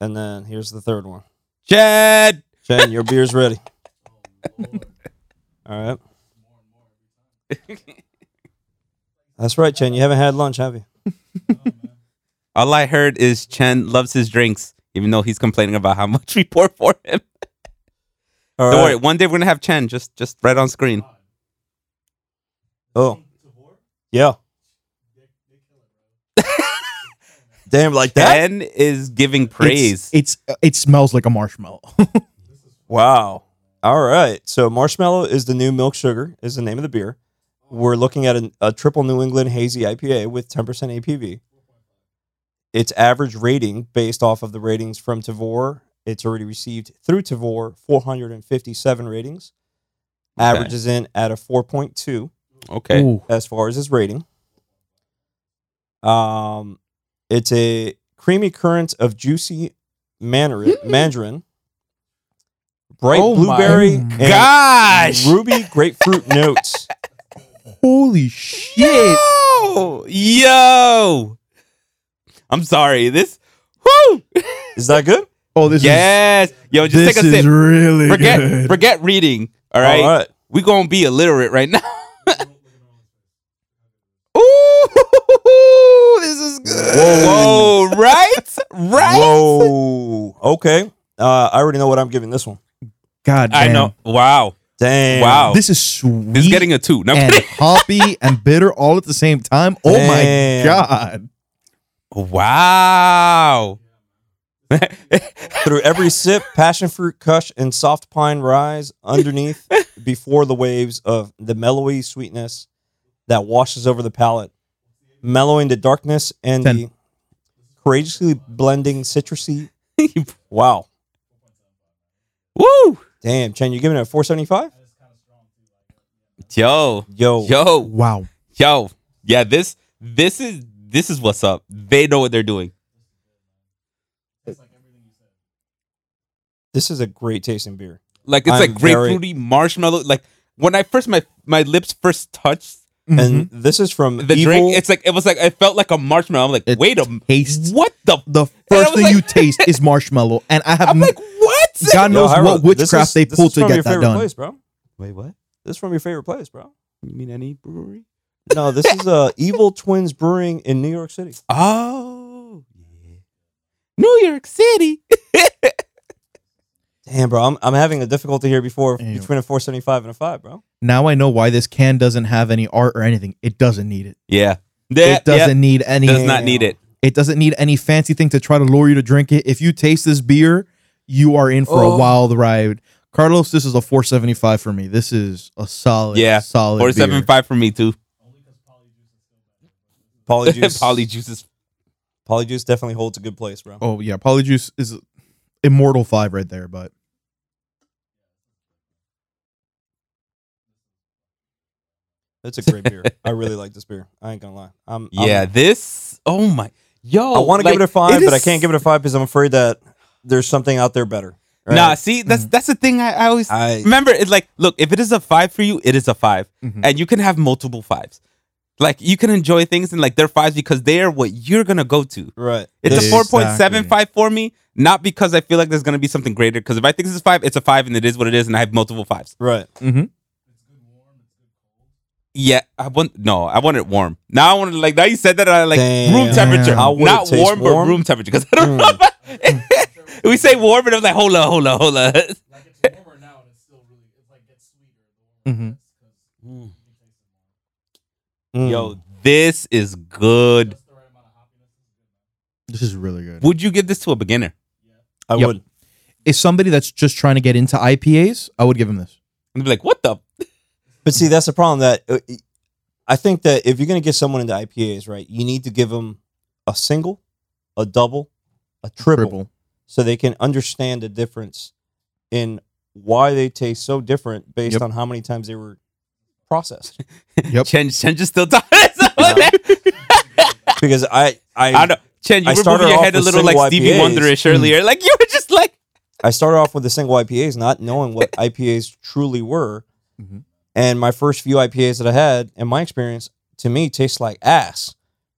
Speaker 1: And then here's the third one.
Speaker 3: Chad.
Speaker 1: Shane, your beer's ready. All right. That's right, Chen. You haven't had lunch, have you?
Speaker 3: All I heard is Chen loves his drinks. even though he's complaining about how much we pour for him.
Speaker 1: All
Speaker 3: Don't
Speaker 1: right.
Speaker 3: worry, one day we're gonna have Chen just just right on screen.
Speaker 1: Oh. Yeah. Damn, like that?
Speaker 3: Chen is giving
Speaker 2: It's-
Speaker 3: praise.
Speaker 2: It's, it smells like a marshmallow.
Speaker 1: Wow. All right. So marshmallow is the new milk sugar is the name of the beer. We're looking at a, a triple New England hazy IPA with 10% APV. Its average rating based off of the ratings from Tavor, it's already received through Tavor 457 ratings.
Speaker 3: Okay.
Speaker 1: Averages in at a 4.2
Speaker 3: okay.
Speaker 2: Ooh.
Speaker 1: as far as its rating. Um, it's a creamy current of juicy mandarin, mandarin bright
Speaker 4: Oh my
Speaker 1: blueberry, and
Speaker 3: Gosh.
Speaker 1: ruby grapefruit notes.
Speaker 2: Holy shit.
Speaker 3: Yo! Yo! I'm sorry. This Woo!
Speaker 1: Is that good?
Speaker 2: Oh, this
Speaker 3: Yes. Yo,
Speaker 2: is
Speaker 3: just
Speaker 2: this
Speaker 3: take a
Speaker 2: is
Speaker 3: sip.
Speaker 2: really
Speaker 3: Forget
Speaker 2: good.
Speaker 3: forget reading. All right?
Speaker 1: All right.
Speaker 3: We going to be illiterate right now. Ooh! This is good. Whoa, right? Right?
Speaker 1: Whoa. Okay. Uh, I already know what I'm giving this one.
Speaker 2: God
Speaker 3: I
Speaker 2: damn.
Speaker 3: know. Wow.
Speaker 1: Damn.
Speaker 3: Wow.
Speaker 2: This is sweet.
Speaker 3: This is getting a 2. No, I'm
Speaker 2: and
Speaker 3: kidding.
Speaker 2: hoppy and bitter all at the same time. Oh
Speaker 1: Damn.
Speaker 2: my god.
Speaker 3: Wow.
Speaker 1: Through every sip, passion fruit cush and soft pine rise underneath before the waves of the mellowy sweetness that washes over the palate, mellowing the darkness and
Speaker 2: Ten.
Speaker 1: the courageously blending citrusy. wow.
Speaker 3: Woo!
Speaker 1: Damn, Chen, you giving it a 475?
Speaker 3: Yo.
Speaker 1: Yo.
Speaker 3: Yo.
Speaker 2: Wow.
Speaker 3: Yo, yeah, this this is this is what's up. They know what they're doing.
Speaker 1: This is a great tasting beer.
Speaker 3: Like it's
Speaker 1: I'm
Speaker 3: like
Speaker 1: very-
Speaker 3: grapefruity marshmallow. Like when I first my my lips first touched
Speaker 1: And this is from
Speaker 3: the
Speaker 1: Evil-
Speaker 3: drink, it's like it was like it felt like a marshmallow. I'm like,
Speaker 2: It
Speaker 3: wait a m-
Speaker 2: tastes-
Speaker 3: What the? F-?
Speaker 2: the
Speaker 3: I was
Speaker 2: first thing
Speaker 3: like-
Speaker 2: you taste is marshmallow, and I have
Speaker 3: I'm
Speaker 2: n-
Speaker 3: like, what?
Speaker 2: God
Speaker 1: Yo,
Speaker 2: knows
Speaker 1: Hyro,
Speaker 2: what
Speaker 1: this
Speaker 2: witchcraft
Speaker 1: is-
Speaker 2: they
Speaker 1: this
Speaker 2: pulled
Speaker 1: is
Speaker 2: to
Speaker 1: from
Speaker 2: get
Speaker 1: your
Speaker 2: that
Speaker 1: favorite
Speaker 2: done.
Speaker 1: Place, bro.
Speaker 3: Wait, what?
Speaker 1: This is from your favorite place, bro.
Speaker 3: You mean any brewery?
Speaker 1: No, this is uh, Evil Twins Brewing in New York City.
Speaker 3: Oh, yeah. New York City.
Speaker 1: Damn, bro, I'm, I'm having a difficulty here before
Speaker 2: Damn.
Speaker 1: between a 475 and a 5, bro.
Speaker 2: Now I know why this can doesn't have any art or anything. It doesn't need it.
Speaker 3: Yeah,
Speaker 2: it doesn't need any.
Speaker 3: does not need it.
Speaker 2: It doesn't need any fancy thing to try to lure you to drink it. If you taste this beer, you are in for
Speaker 3: Oh.
Speaker 2: a wild ride. Carlos, this is a 475 for me. This is a solid,
Speaker 3: Yeah,
Speaker 2: solid
Speaker 3: Four seven five for me too.
Speaker 1: Polyjuice.
Speaker 3: Polyjuice is
Speaker 1: Polyjuice definitely holds a good place, bro.
Speaker 2: Oh yeah, Polyjuice is immortal five right there. But
Speaker 1: That's a great beer. I really like this beer. I ain't gonna lie. I'm, I'm-
Speaker 3: yeah. This oh my yo.
Speaker 1: Um, I want to
Speaker 3: like,
Speaker 1: give it a five, but I
Speaker 3: is-
Speaker 1: can't give it a five because I'm afraid that there's something out there better. right?
Speaker 3: Nah, see, that's that's the thing I, I always
Speaker 1: Mm-hmm. I Mm-hmm.
Speaker 3: remember. It's like, look, if it is a five for you, it is a 5
Speaker 2: Mhm.
Speaker 3: and you can have multiple fives. Like you can enjoy things and like they're fives because they are what you're gonna go to.
Speaker 1: right.
Speaker 3: It's
Speaker 1: This-
Speaker 3: a four point seven five for me, not because I feel like there's gonna be something greater. Because if I think this is five, it's a five, and it is what it is, and I have multiple fives.
Speaker 1: right.
Speaker 3: Yeah, I want no, I want it warm. Now I want it like now you said that I like room
Speaker 1: Damn.
Speaker 3: temperature,
Speaker 1: I want it
Speaker 3: not
Speaker 1: taste
Speaker 3: warm, but
Speaker 1: warm. Mm.
Speaker 3: room temperature. Because I don't know. About, we say warm, and I'm like, hold up, hold up, hold up.
Speaker 2: Mhm.
Speaker 1: Mm.
Speaker 3: Yo, this is good.
Speaker 2: this is really good.
Speaker 3: Would you give this to a beginner?
Speaker 1: I
Speaker 2: Yep.
Speaker 1: would.
Speaker 2: If somebody that's just trying to get into IPAs, I would give him this.
Speaker 3: And be like, what the?
Speaker 1: But see, that's the problem. That uh, I think that if you're gonna get someone into IPAs, right, you need to give them a single, a double, a triple. so they can understand the difference in why they taste so different based
Speaker 2: Yep.
Speaker 1: on how many times they were processed.
Speaker 2: Yep.
Speaker 3: Chen, Chen just still talking.
Speaker 1: Because I I
Speaker 3: I know. Chen, you
Speaker 1: I
Speaker 3: were
Speaker 1: started
Speaker 3: moving your
Speaker 1: off
Speaker 3: head a
Speaker 1: with
Speaker 3: little
Speaker 1: single
Speaker 3: like Stevie
Speaker 1: IPAs.
Speaker 3: Wonderish earlier. Like you were just like,
Speaker 1: I started off with the single IPAs, not knowing what IPAs truly were,
Speaker 2: Mhm.
Speaker 1: and my first few IPAs that I had, in my experience, to me, taste like ass.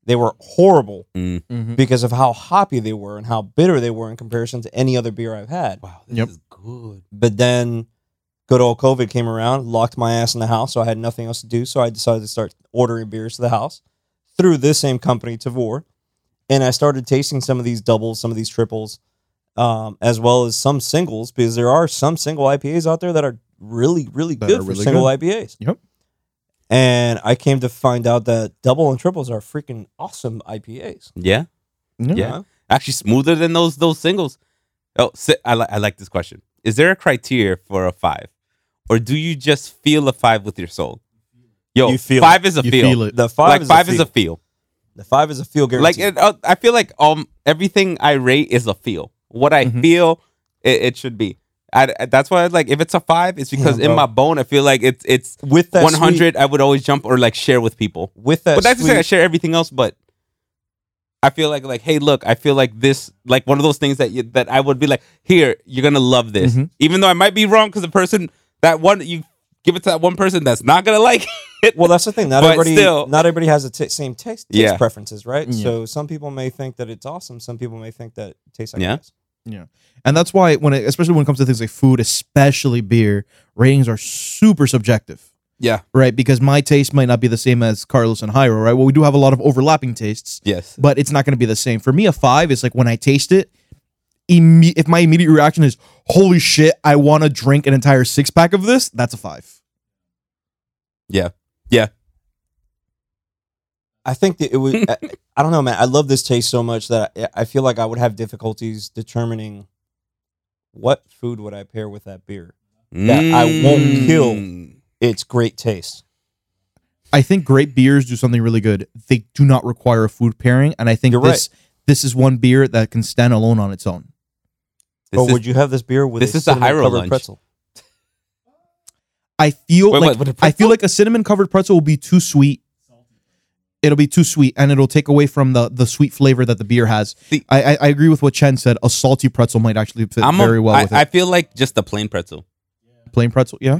Speaker 1: They were horrible
Speaker 3: Mm-hmm.
Speaker 2: Mhm.
Speaker 1: because of how hoppy they were and how bitter they were in comparison to any other beer I've had.
Speaker 3: wow,
Speaker 2: this Yep.
Speaker 3: is good.
Speaker 1: But then good old COVID came around, locked my ass in the house, so I had nothing else to do. So I decided to start ordering beers to the house through this same company, Tavor. And I started tasting some of these doubles, some of these triples, um, as well as some singles because there are some single IPAs out there that are really, really
Speaker 2: That
Speaker 1: good
Speaker 2: are
Speaker 1: for
Speaker 2: really
Speaker 1: single
Speaker 2: good.
Speaker 1: IPAs.
Speaker 2: Yep.
Speaker 1: And I came to find out that double and triples are freaking awesome IPAs.
Speaker 3: Yeah, Yeah.
Speaker 1: Uh-huh.
Speaker 3: actually smoother than those those singles. Oh, si- I like I like this question. Is there a criteria for a five, or do you just feel a five with your soul? Yo,
Speaker 1: You feel
Speaker 3: five is a
Speaker 2: you
Speaker 3: feel.
Speaker 2: feel it.
Speaker 1: The five
Speaker 3: like
Speaker 1: is
Speaker 3: five
Speaker 1: a
Speaker 3: is
Speaker 1: feel.
Speaker 3: a feel.
Speaker 1: the five is a feel
Speaker 3: Like
Speaker 1: guarantee.
Speaker 3: it, uh, I feel like um everything I rate is a feel. What I
Speaker 1: Mm-hmm.
Speaker 2: Mhm.
Speaker 3: feel, it, it should be. I, I- that's why like if it's a five, it's because
Speaker 1: Yeah,
Speaker 3: in
Speaker 1: bro.
Speaker 3: my bone I feel like it's it's
Speaker 1: with that
Speaker 3: one
Speaker 1: sweet-
Speaker 3: hundred. I would always jump or like share with people.
Speaker 1: with that
Speaker 3: but that's just
Speaker 1: sweet-
Speaker 3: like I share everything else. But I feel like like hey, look, I feel like this like one of those things that you, that I would be like, here, you're gonna love this,
Speaker 1: Mm-hmm.
Speaker 2: Mhm.
Speaker 3: even though I might be wrong because the person that one you give it to that one person that's not gonna like it.
Speaker 1: well, that's the thing. Not
Speaker 3: But
Speaker 1: everybody,
Speaker 3: still-
Speaker 1: not everybody has the t- same taste, taste
Speaker 3: Yeah.
Speaker 1: preferences, right?
Speaker 2: Yeah.
Speaker 1: So some people may think that it's awesome. Some people may think that it tastes like
Speaker 3: Yeah.
Speaker 1: ass.
Speaker 2: And that's why when it, especially when it comes to things like food, especially beer, ratings are super subjective.
Speaker 3: Yeah.
Speaker 2: Right? Because my taste might not be the same as Carlos and Jairo, right? Well, we do have a lot of overlapping tastes,
Speaker 3: yes,
Speaker 2: but it's not going to be the same. For me, a five is like when I taste it, imme- if my immediate reaction is, holy shit, I want to drink an entire six pack of this, that's a five.
Speaker 1: I think that it was. I, I don't know, man. I love this taste so much that I, I feel like I would have difficulties determining what food would I pair with that beer.
Speaker 3: Mm.
Speaker 1: That I won't kill. It's great taste.
Speaker 2: I think great beers do something really good. They do not require a food pairing, and I think
Speaker 1: You're
Speaker 2: this this is one beer that can stand alone on its own.
Speaker 3: This
Speaker 1: or
Speaker 3: is-
Speaker 1: would you have this beer with
Speaker 3: this
Speaker 1: a
Speaker 3: is the
Speaker 1: cinnamon
Speaker 3: Hyro
Speaker 1: covered
Speaker 3: lunch.
Speaker 1: pretzel?
Speaker 2: I feel
Speaker 3: Wait,
Speaker 2: like
Speaker 3: what, what, a
Speaker 2: I feel like a cinnamon covered pretzel will be too sweet. It'll be too sweet, and it'll take away from the the sweet flavor that the beer has.
Speaker 3: See-
Speaker 2: I I, I agree with what Chen said. A salty pretzel might actually fit
Speaker 3: I'm a-
Speaker 2: very well
Speaker 3: I,
Speaker 2: with
Speaker 3: I
Speaker 2: it.
Speaker 3: feel like just a plain pretzel.
Speaker 2: Plain pretzel, yeah.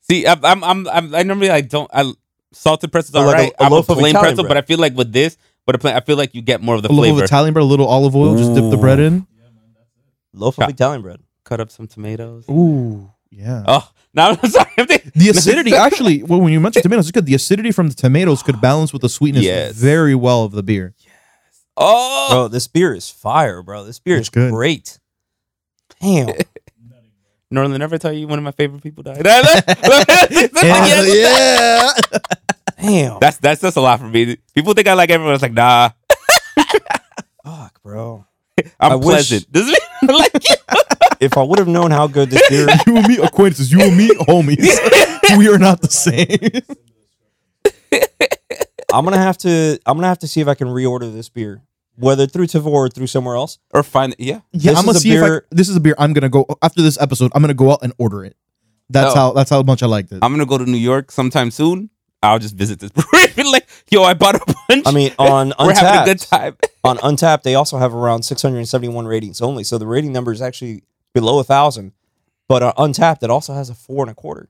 Speaker 3: See, I'm I'm I'm, I'm I normally like don't I salted pretzels
Speaker 1: Or
Speaker 3: are
Speaker 1: like a-
Speaker 3: right.
Speaker 1: a
Speaker 3: I'm a
Speaker 1: loaf of
Speaker 3: plain
Speaker 1: Italian
Speaker 3: pretzel,
Speaker 1: bread.
Speaker 3: but I feel like with this, but a plain, I feel like you get more of the
Speaker 2: A little
Speaker 3: flavor.
Speaker 2: of Italian bread, a little olive oil. Just dip the bread
Speaker 3: Ooh.
Speaker 2: in.
Speaker 1: Loaf of
Speaker 3: Yeah.
Speaker 1: Italian bread.
Speaker 3: Cut up some tomatoes.
Speaker 2: Ooh, yeah.
Speaker 3: Oh, no, I'm sorry. I'm thinking-
Speaker 2: The acidity, actually, well, when you mentioned tomatoes, it's good. The acidity from the tomatoes could balance with the sweetness
Speaker 3: Yes.
Speaker 2: very well of the beer.
Speaker 3: Oh,
Speaker 1: Bro, this beer is fire, bro. This beer
Speaker 2: It's
Speaker 1: is
Speaker 2: good.
Speaker 1: great. Damn.
Speaker 3: Norland, never tell you one of my favorite people died. Yes.
Speaker 2: yeah.
Speaker 1: Damn.
Speaker 3: That's that's that's a lot for me. People think I like everyone. It's like nah,
Speaker 1: Fuck, bro.
Speaker 3: I'm
Speaker 1: I wish-
Speaker 3: pleasant. Does it mean I like it?
Speaker 1: If I would have known how good this beer
Speaker 2: you and me acquaintances. You and me homies. we are not the same.
Speaker 1: I'm gonna have to I'm gonna have to see if I can reorder this beer. Whether through Tavor or through somewhere else.
Speaker 3: or find yeah.
Speaker 2: Yeah,
Speaker 1: This
Speaker 2: I'm gonna
Speaker 1: is a
Speaker 2: see if
Speaker 1: beer-
Speaker 2: I, this is a beer. I'm gonna go after this episode. I'm gonna go out and order it. That's
Speaker 3: Oh. Um,
Speaker 2: how. That's how much I liked it.
Speaker 3: I'm gonna go to New York sometime soon. I'll just visit this brewery. and like yo, I bought a bunch.
Speaker 1: I mean on
Speaker 3: we're having a good
Speaker 1: Untapped.
Speaker 3: time.
Speaker 1: On Untapped, they also have around 671 ratings only. So the rating number is actually below a thousand. But on Untapped, it also has a four and a quarter.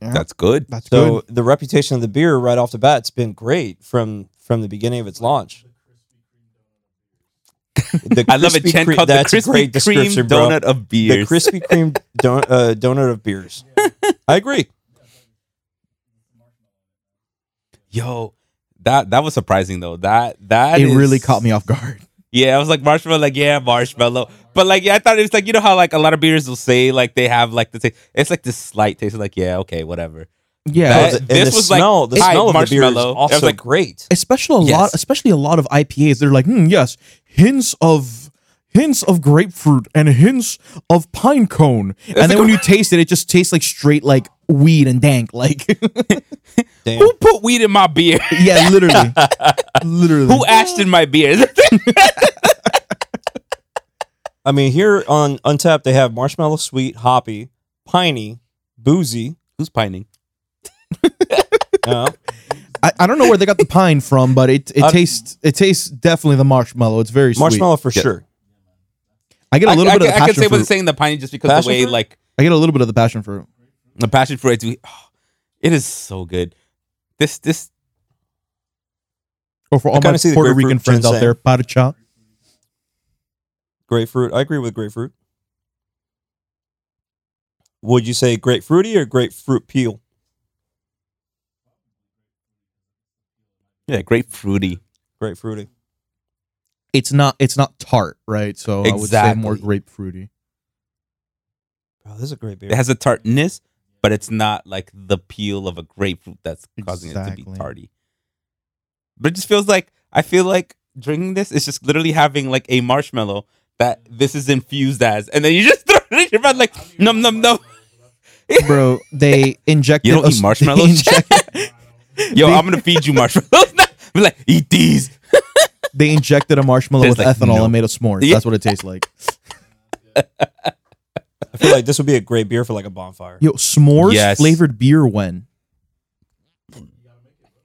Speaker 3: That's good.
Speaker 2: that's
Speaker 1: So
Speaker 2: good.
Speaker 1: the reputation of the beer right off the bat's been great from from the beginning of its launch. The
Speaker 3: I love it.
Speaker 1: Krispy
Speaker 3: Chen
Speaker 1: Kreme-
Speaker 3: called the
Speaker 1: that's a
Speaker 3: Krispy
Speaker 1: great
Speaker 3: Kreme
Speaker 1: description, bro.
Speaker 3: donut of
Speaker 1: The
Speaker 3: beers.
Speaker 1: Krispy Kreme don- uh, donut of beers. I agree.
Speaker 3: yo, that that was surprising though. That that
Speaker 2: It really
Speaker 3: is-
Speaker 2: caught me off guard.
Speaker 3: Yeah, I was like marshmallow, like yeah, marshmallow. But like, yeah, I thought it was like you know how like a lot of beers will say like they have like the taste. It's like this slight taste. Like yeah, okay, whatever.
Speaker 2: Yeah,
Speaker 3: That-
Speaker 1: Oh, the-
Speaker 3: Uh, this
Speaker 1: and the
Speaker 3: was like
Speaker 1: smell, the
Speaker 3: high
Speaker 1: smell of the beer is
Speaker 3: marshmallow. I was
Speaker 1: also
Speaker 3: like-
Speaker 1: great.
Speaker 2: especially a
Speaker 3: Yes.
Speaker 2: lot, especially a lot of IPAs. They're like, hmm, yes, hints of hints of grapefruit and hints of pine cone. and then when you taste it, it just tastes like straight like weed and dank. Like,
Speaker 1: Damn.
Speaker 3: Who put weed in my beer?
Speaker 2: yeah, literally, literally.
Speaker 3: Who ashed in my beer?
Speaker 1: I mean, here on Untapped, they have marshmallow, sweet, hoppy, piney, boozy.
Speaker 3: Who's pining?
Speaker 1: Uh,
Speaker 2: I, I don't know where they got the pine from, but it it
Speaker 3: Um,
Speaker 1: Uh,
Speaker 2: tastes it tastes definitely the marshmallow. It's very sweet.
Speaker 1: marshmallow for
Speaker 3: Yes.
Speaker 1: sure.
Speaker 2: I get a little
Speaker 3: I,
Speaker 2: bit
Speaker 3: I,
Speaker 2: of the
Speaker 3: I, I
Speaker 2: passion
Speaker 3: could say
Speaker 2: fruit.
Speaker 3: what's saying the piney just because the
Speaker 1: Passion
Speaker 3: way
Speaker 1: fruit?
Speaker 3: like
Speaker 2: I get a little bit of the passion fruit.
Speaker 3: the passion for it. dude, oh, it is so good. This this
Speaker 2: Or oh, for
Speaker 1: I
Speaker 2: all my
Speaker 1: kinda see the
Speaker 2: Puerto
Speaker 1: grapefruit
Speaker 2: Rican friends out
Speaker 1: ginseng.
Speaker 2: there, parcha.
Speaker 1: Grapefruit. I agree with grapefruit. Would you say grapefruity or grapefruit peel?
Speaker 3: yeah, grapefruity.
Speaker 1: Grapefruity.
Speaker 2: it's not it's not tart, right? So I would say more grapefruity.
Speaker 1: Bro, this is a great beer.
Speaker 3: It has a tartness, but it's not like the peel of a grapefruit that's causing it to
Speaker 2: Exactly.
Speaker 3: be tarty. But it just feels like I feel like drinking this is just literally having like a marshmallow that this is infused as, and then you just throw it in your mouth like num num num.
Speaker 2: Bro, they injected
Speaker 3: You don't
Speaker 2: a
Speaker 3: eat
Speaker 2: s-
Speaker 3: marshmallows?
Speaker 2: they inject-
Speaker 3: Yo, I'm gonna feed you marshmallows. now. Be like, eat these.
Speaker 2: they injected a marshmallow
Speaker 3: Tastes
Speaker 2: with
Speaker 3: like
Speaker 2: ethanol
Speaker 3: milk.
Speaker 2: and made a s'more.
Speaker 3: Yeah.
Speaker 2: That's what it tastes like.
Speaker 1: I feel like this would be a great beer for like a bonfire.
Speaker 2: Yo, s'mores
Speaker 3: Yes.
Speaker 2: flavored beer when?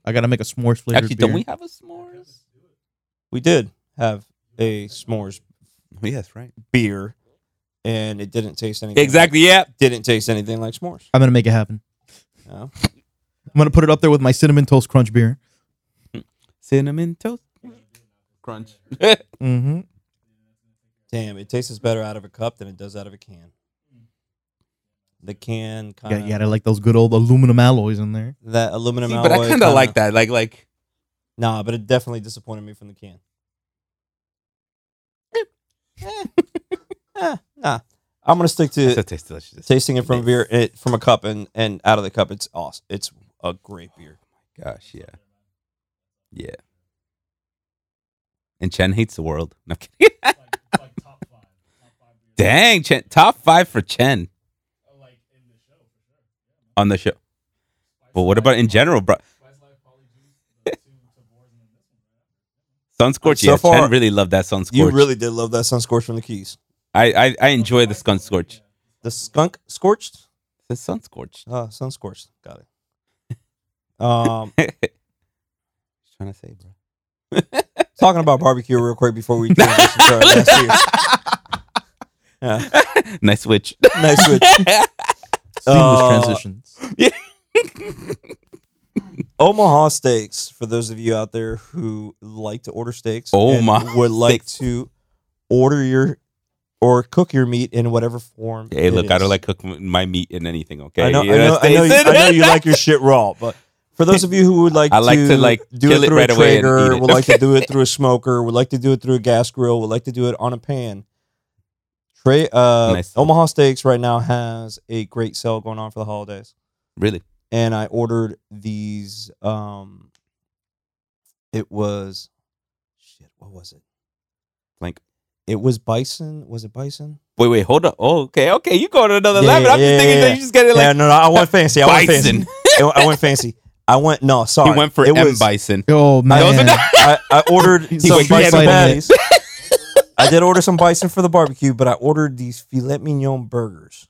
Speaker 2: I gotta make a s'mores flavored
Speaker 3: Actually,
Speaker 2: beer.
Speaker 3: don't we have a s'mores?
Speaker 1: We did have a s'mores
Speaker 3: Yes, right.
Speaker 1: beer, and it didn't taste anything.
Speaker 3: Exactly. Yeah.
Speaker 1: Like, didn't taste anything like s'mores.
Speaker 2: I'm gonna make it happen.
Speaker 3: Oh.
Speaker 1: No?
Speaker 2: I'm gonna put it up there with my cinnamon toast crunch beer.
Speaker 3: Cinnamon toast crunch.
Speaker 2: Mm-hmm.
Speaker 1: Damn, it tastes better out of a cup than it does out of a can. The can kind
Speaker 2: Yeah,
Speaker 1: of
Speaker 2: you gotta like those good old aluminum alloys in there.
Speaker 1: that aluminum.
Speaker 3: See, but I
Speaker 1: alloy
Speaker 3: kind of like uh, that. Like like
Speaker 1: Nah, but it definitely disappointed me from the can. Eh. Eh, nah, I'm gonna stick
Speaker 3: it
Speaker 1: to
Speaker 3: still tastes delicious.
Speaker 1: tasting it from a beer, it, from a cup, and and out of the cup. It's awesome. It's a great beer.
Speaker 3: Gosh, yeah, yeah. And Chen hates the world. No, I'm kidding. Dang, Chen, top five for Chen. On the show. But what about in general, bro? Sun Scorch,
Speaker 1: So
Speaker 3: yeah.
Speaker 1: far,
Speaker 3: Chen really loved that Sun Scorch.
Speaker 1: You really did love that Sun Scorch from the Keys.
Speaker 3: I, I, I enjoy the Sun Scorch.
Speaker 1: The skunk scorched.
Speaker 3: The Sun Scorch.
Speaker 1: Uh, sun scorched. Got it. Um,
Speaker 3: trying to say, bro.
Speaker 1: talking about barbecue real quick before we transition to our last beer. Yeah,
Speaker 3: nice switch.
Speaker 1: nice switch.
Speaker 2: Seamless
Speaker 1: Uh,
Speaker 3: Oh.
Speaker 2: transitions.
Speaker 1: Omaha Steaks, for those of you out there who like to order steaks, and
Speaker 3: Omaha
Speaker 1: would like
Speaker 3: Steaks.
Speaker 1: to order your or cook your meat in whatever form.
Speaker 3: Hey,
Speaker 1: it
Speaker 3: look, I don't
Speaker 1: is.
Speaker 3: like cooking my meat in anything. Okay,
Speaker 1: I know,
Speaker 3: You
Speaker 1: I know, I know, you,
Speaker 3: it's-
Speaker 1: I know you like your shit raw, but for those of you who would like,
Speaker 3: I like to, like,
Speaker 1: do
Speaker 3: kill
Speaker 1: it
Speaker 3: it
Speaker 1: through
Speaker 3: right
Speaker 1: a
Speaker 3: away and
Speaker 1: Traeger,
Speaker 3: eat it.
Speaker 1: would like to do it through a smoker, would like to do it through a gas grill, would like to do it on a pan. Tra- uh,
Speaker 3: Nice.
Speaker 1: Omaha Steaks right now has a great sale going on for the holidays
Speaker 3: really.
Speaker 1: and I ordered these. Um, it was shit. What was it?
Speaker 3: Like-
Speaker 1: it was bison. Was it bison?
Speaker 3: Wait, wait, hold up. Oh, okay, okay. You go to another
Speaker 1: Yeah,
Speaker 3: level. I'm
Speaker 1: yeah,
Speaker 3: just thinking
Speaker 1: yeah,
Speaker 3: that you just get it
Speaker 1: yeah,
Speaker 3: like
Speaker 1: no, no. I went fancy. I went fancy.
Speaker 3: bison.
Speaker 1: I I went fancy. I went no. Sorry,
Speaker 3: He went for
Speaker 1: it
Speaker 3: M
Speaker 1: was-
Speaker 3: bison.
Speaker 2: Oh
Speaker 1: I,
Speaker 2: man.
Speaker 1: I, I ordered
Speaker 2: He's
Speaker 1: some
Speaker 2: like
Speaker 1: bison
Speaker 2: fighting
Speaker 1: patties. I did order some bison for the barbecue, but I ordered these filet mignon burgers,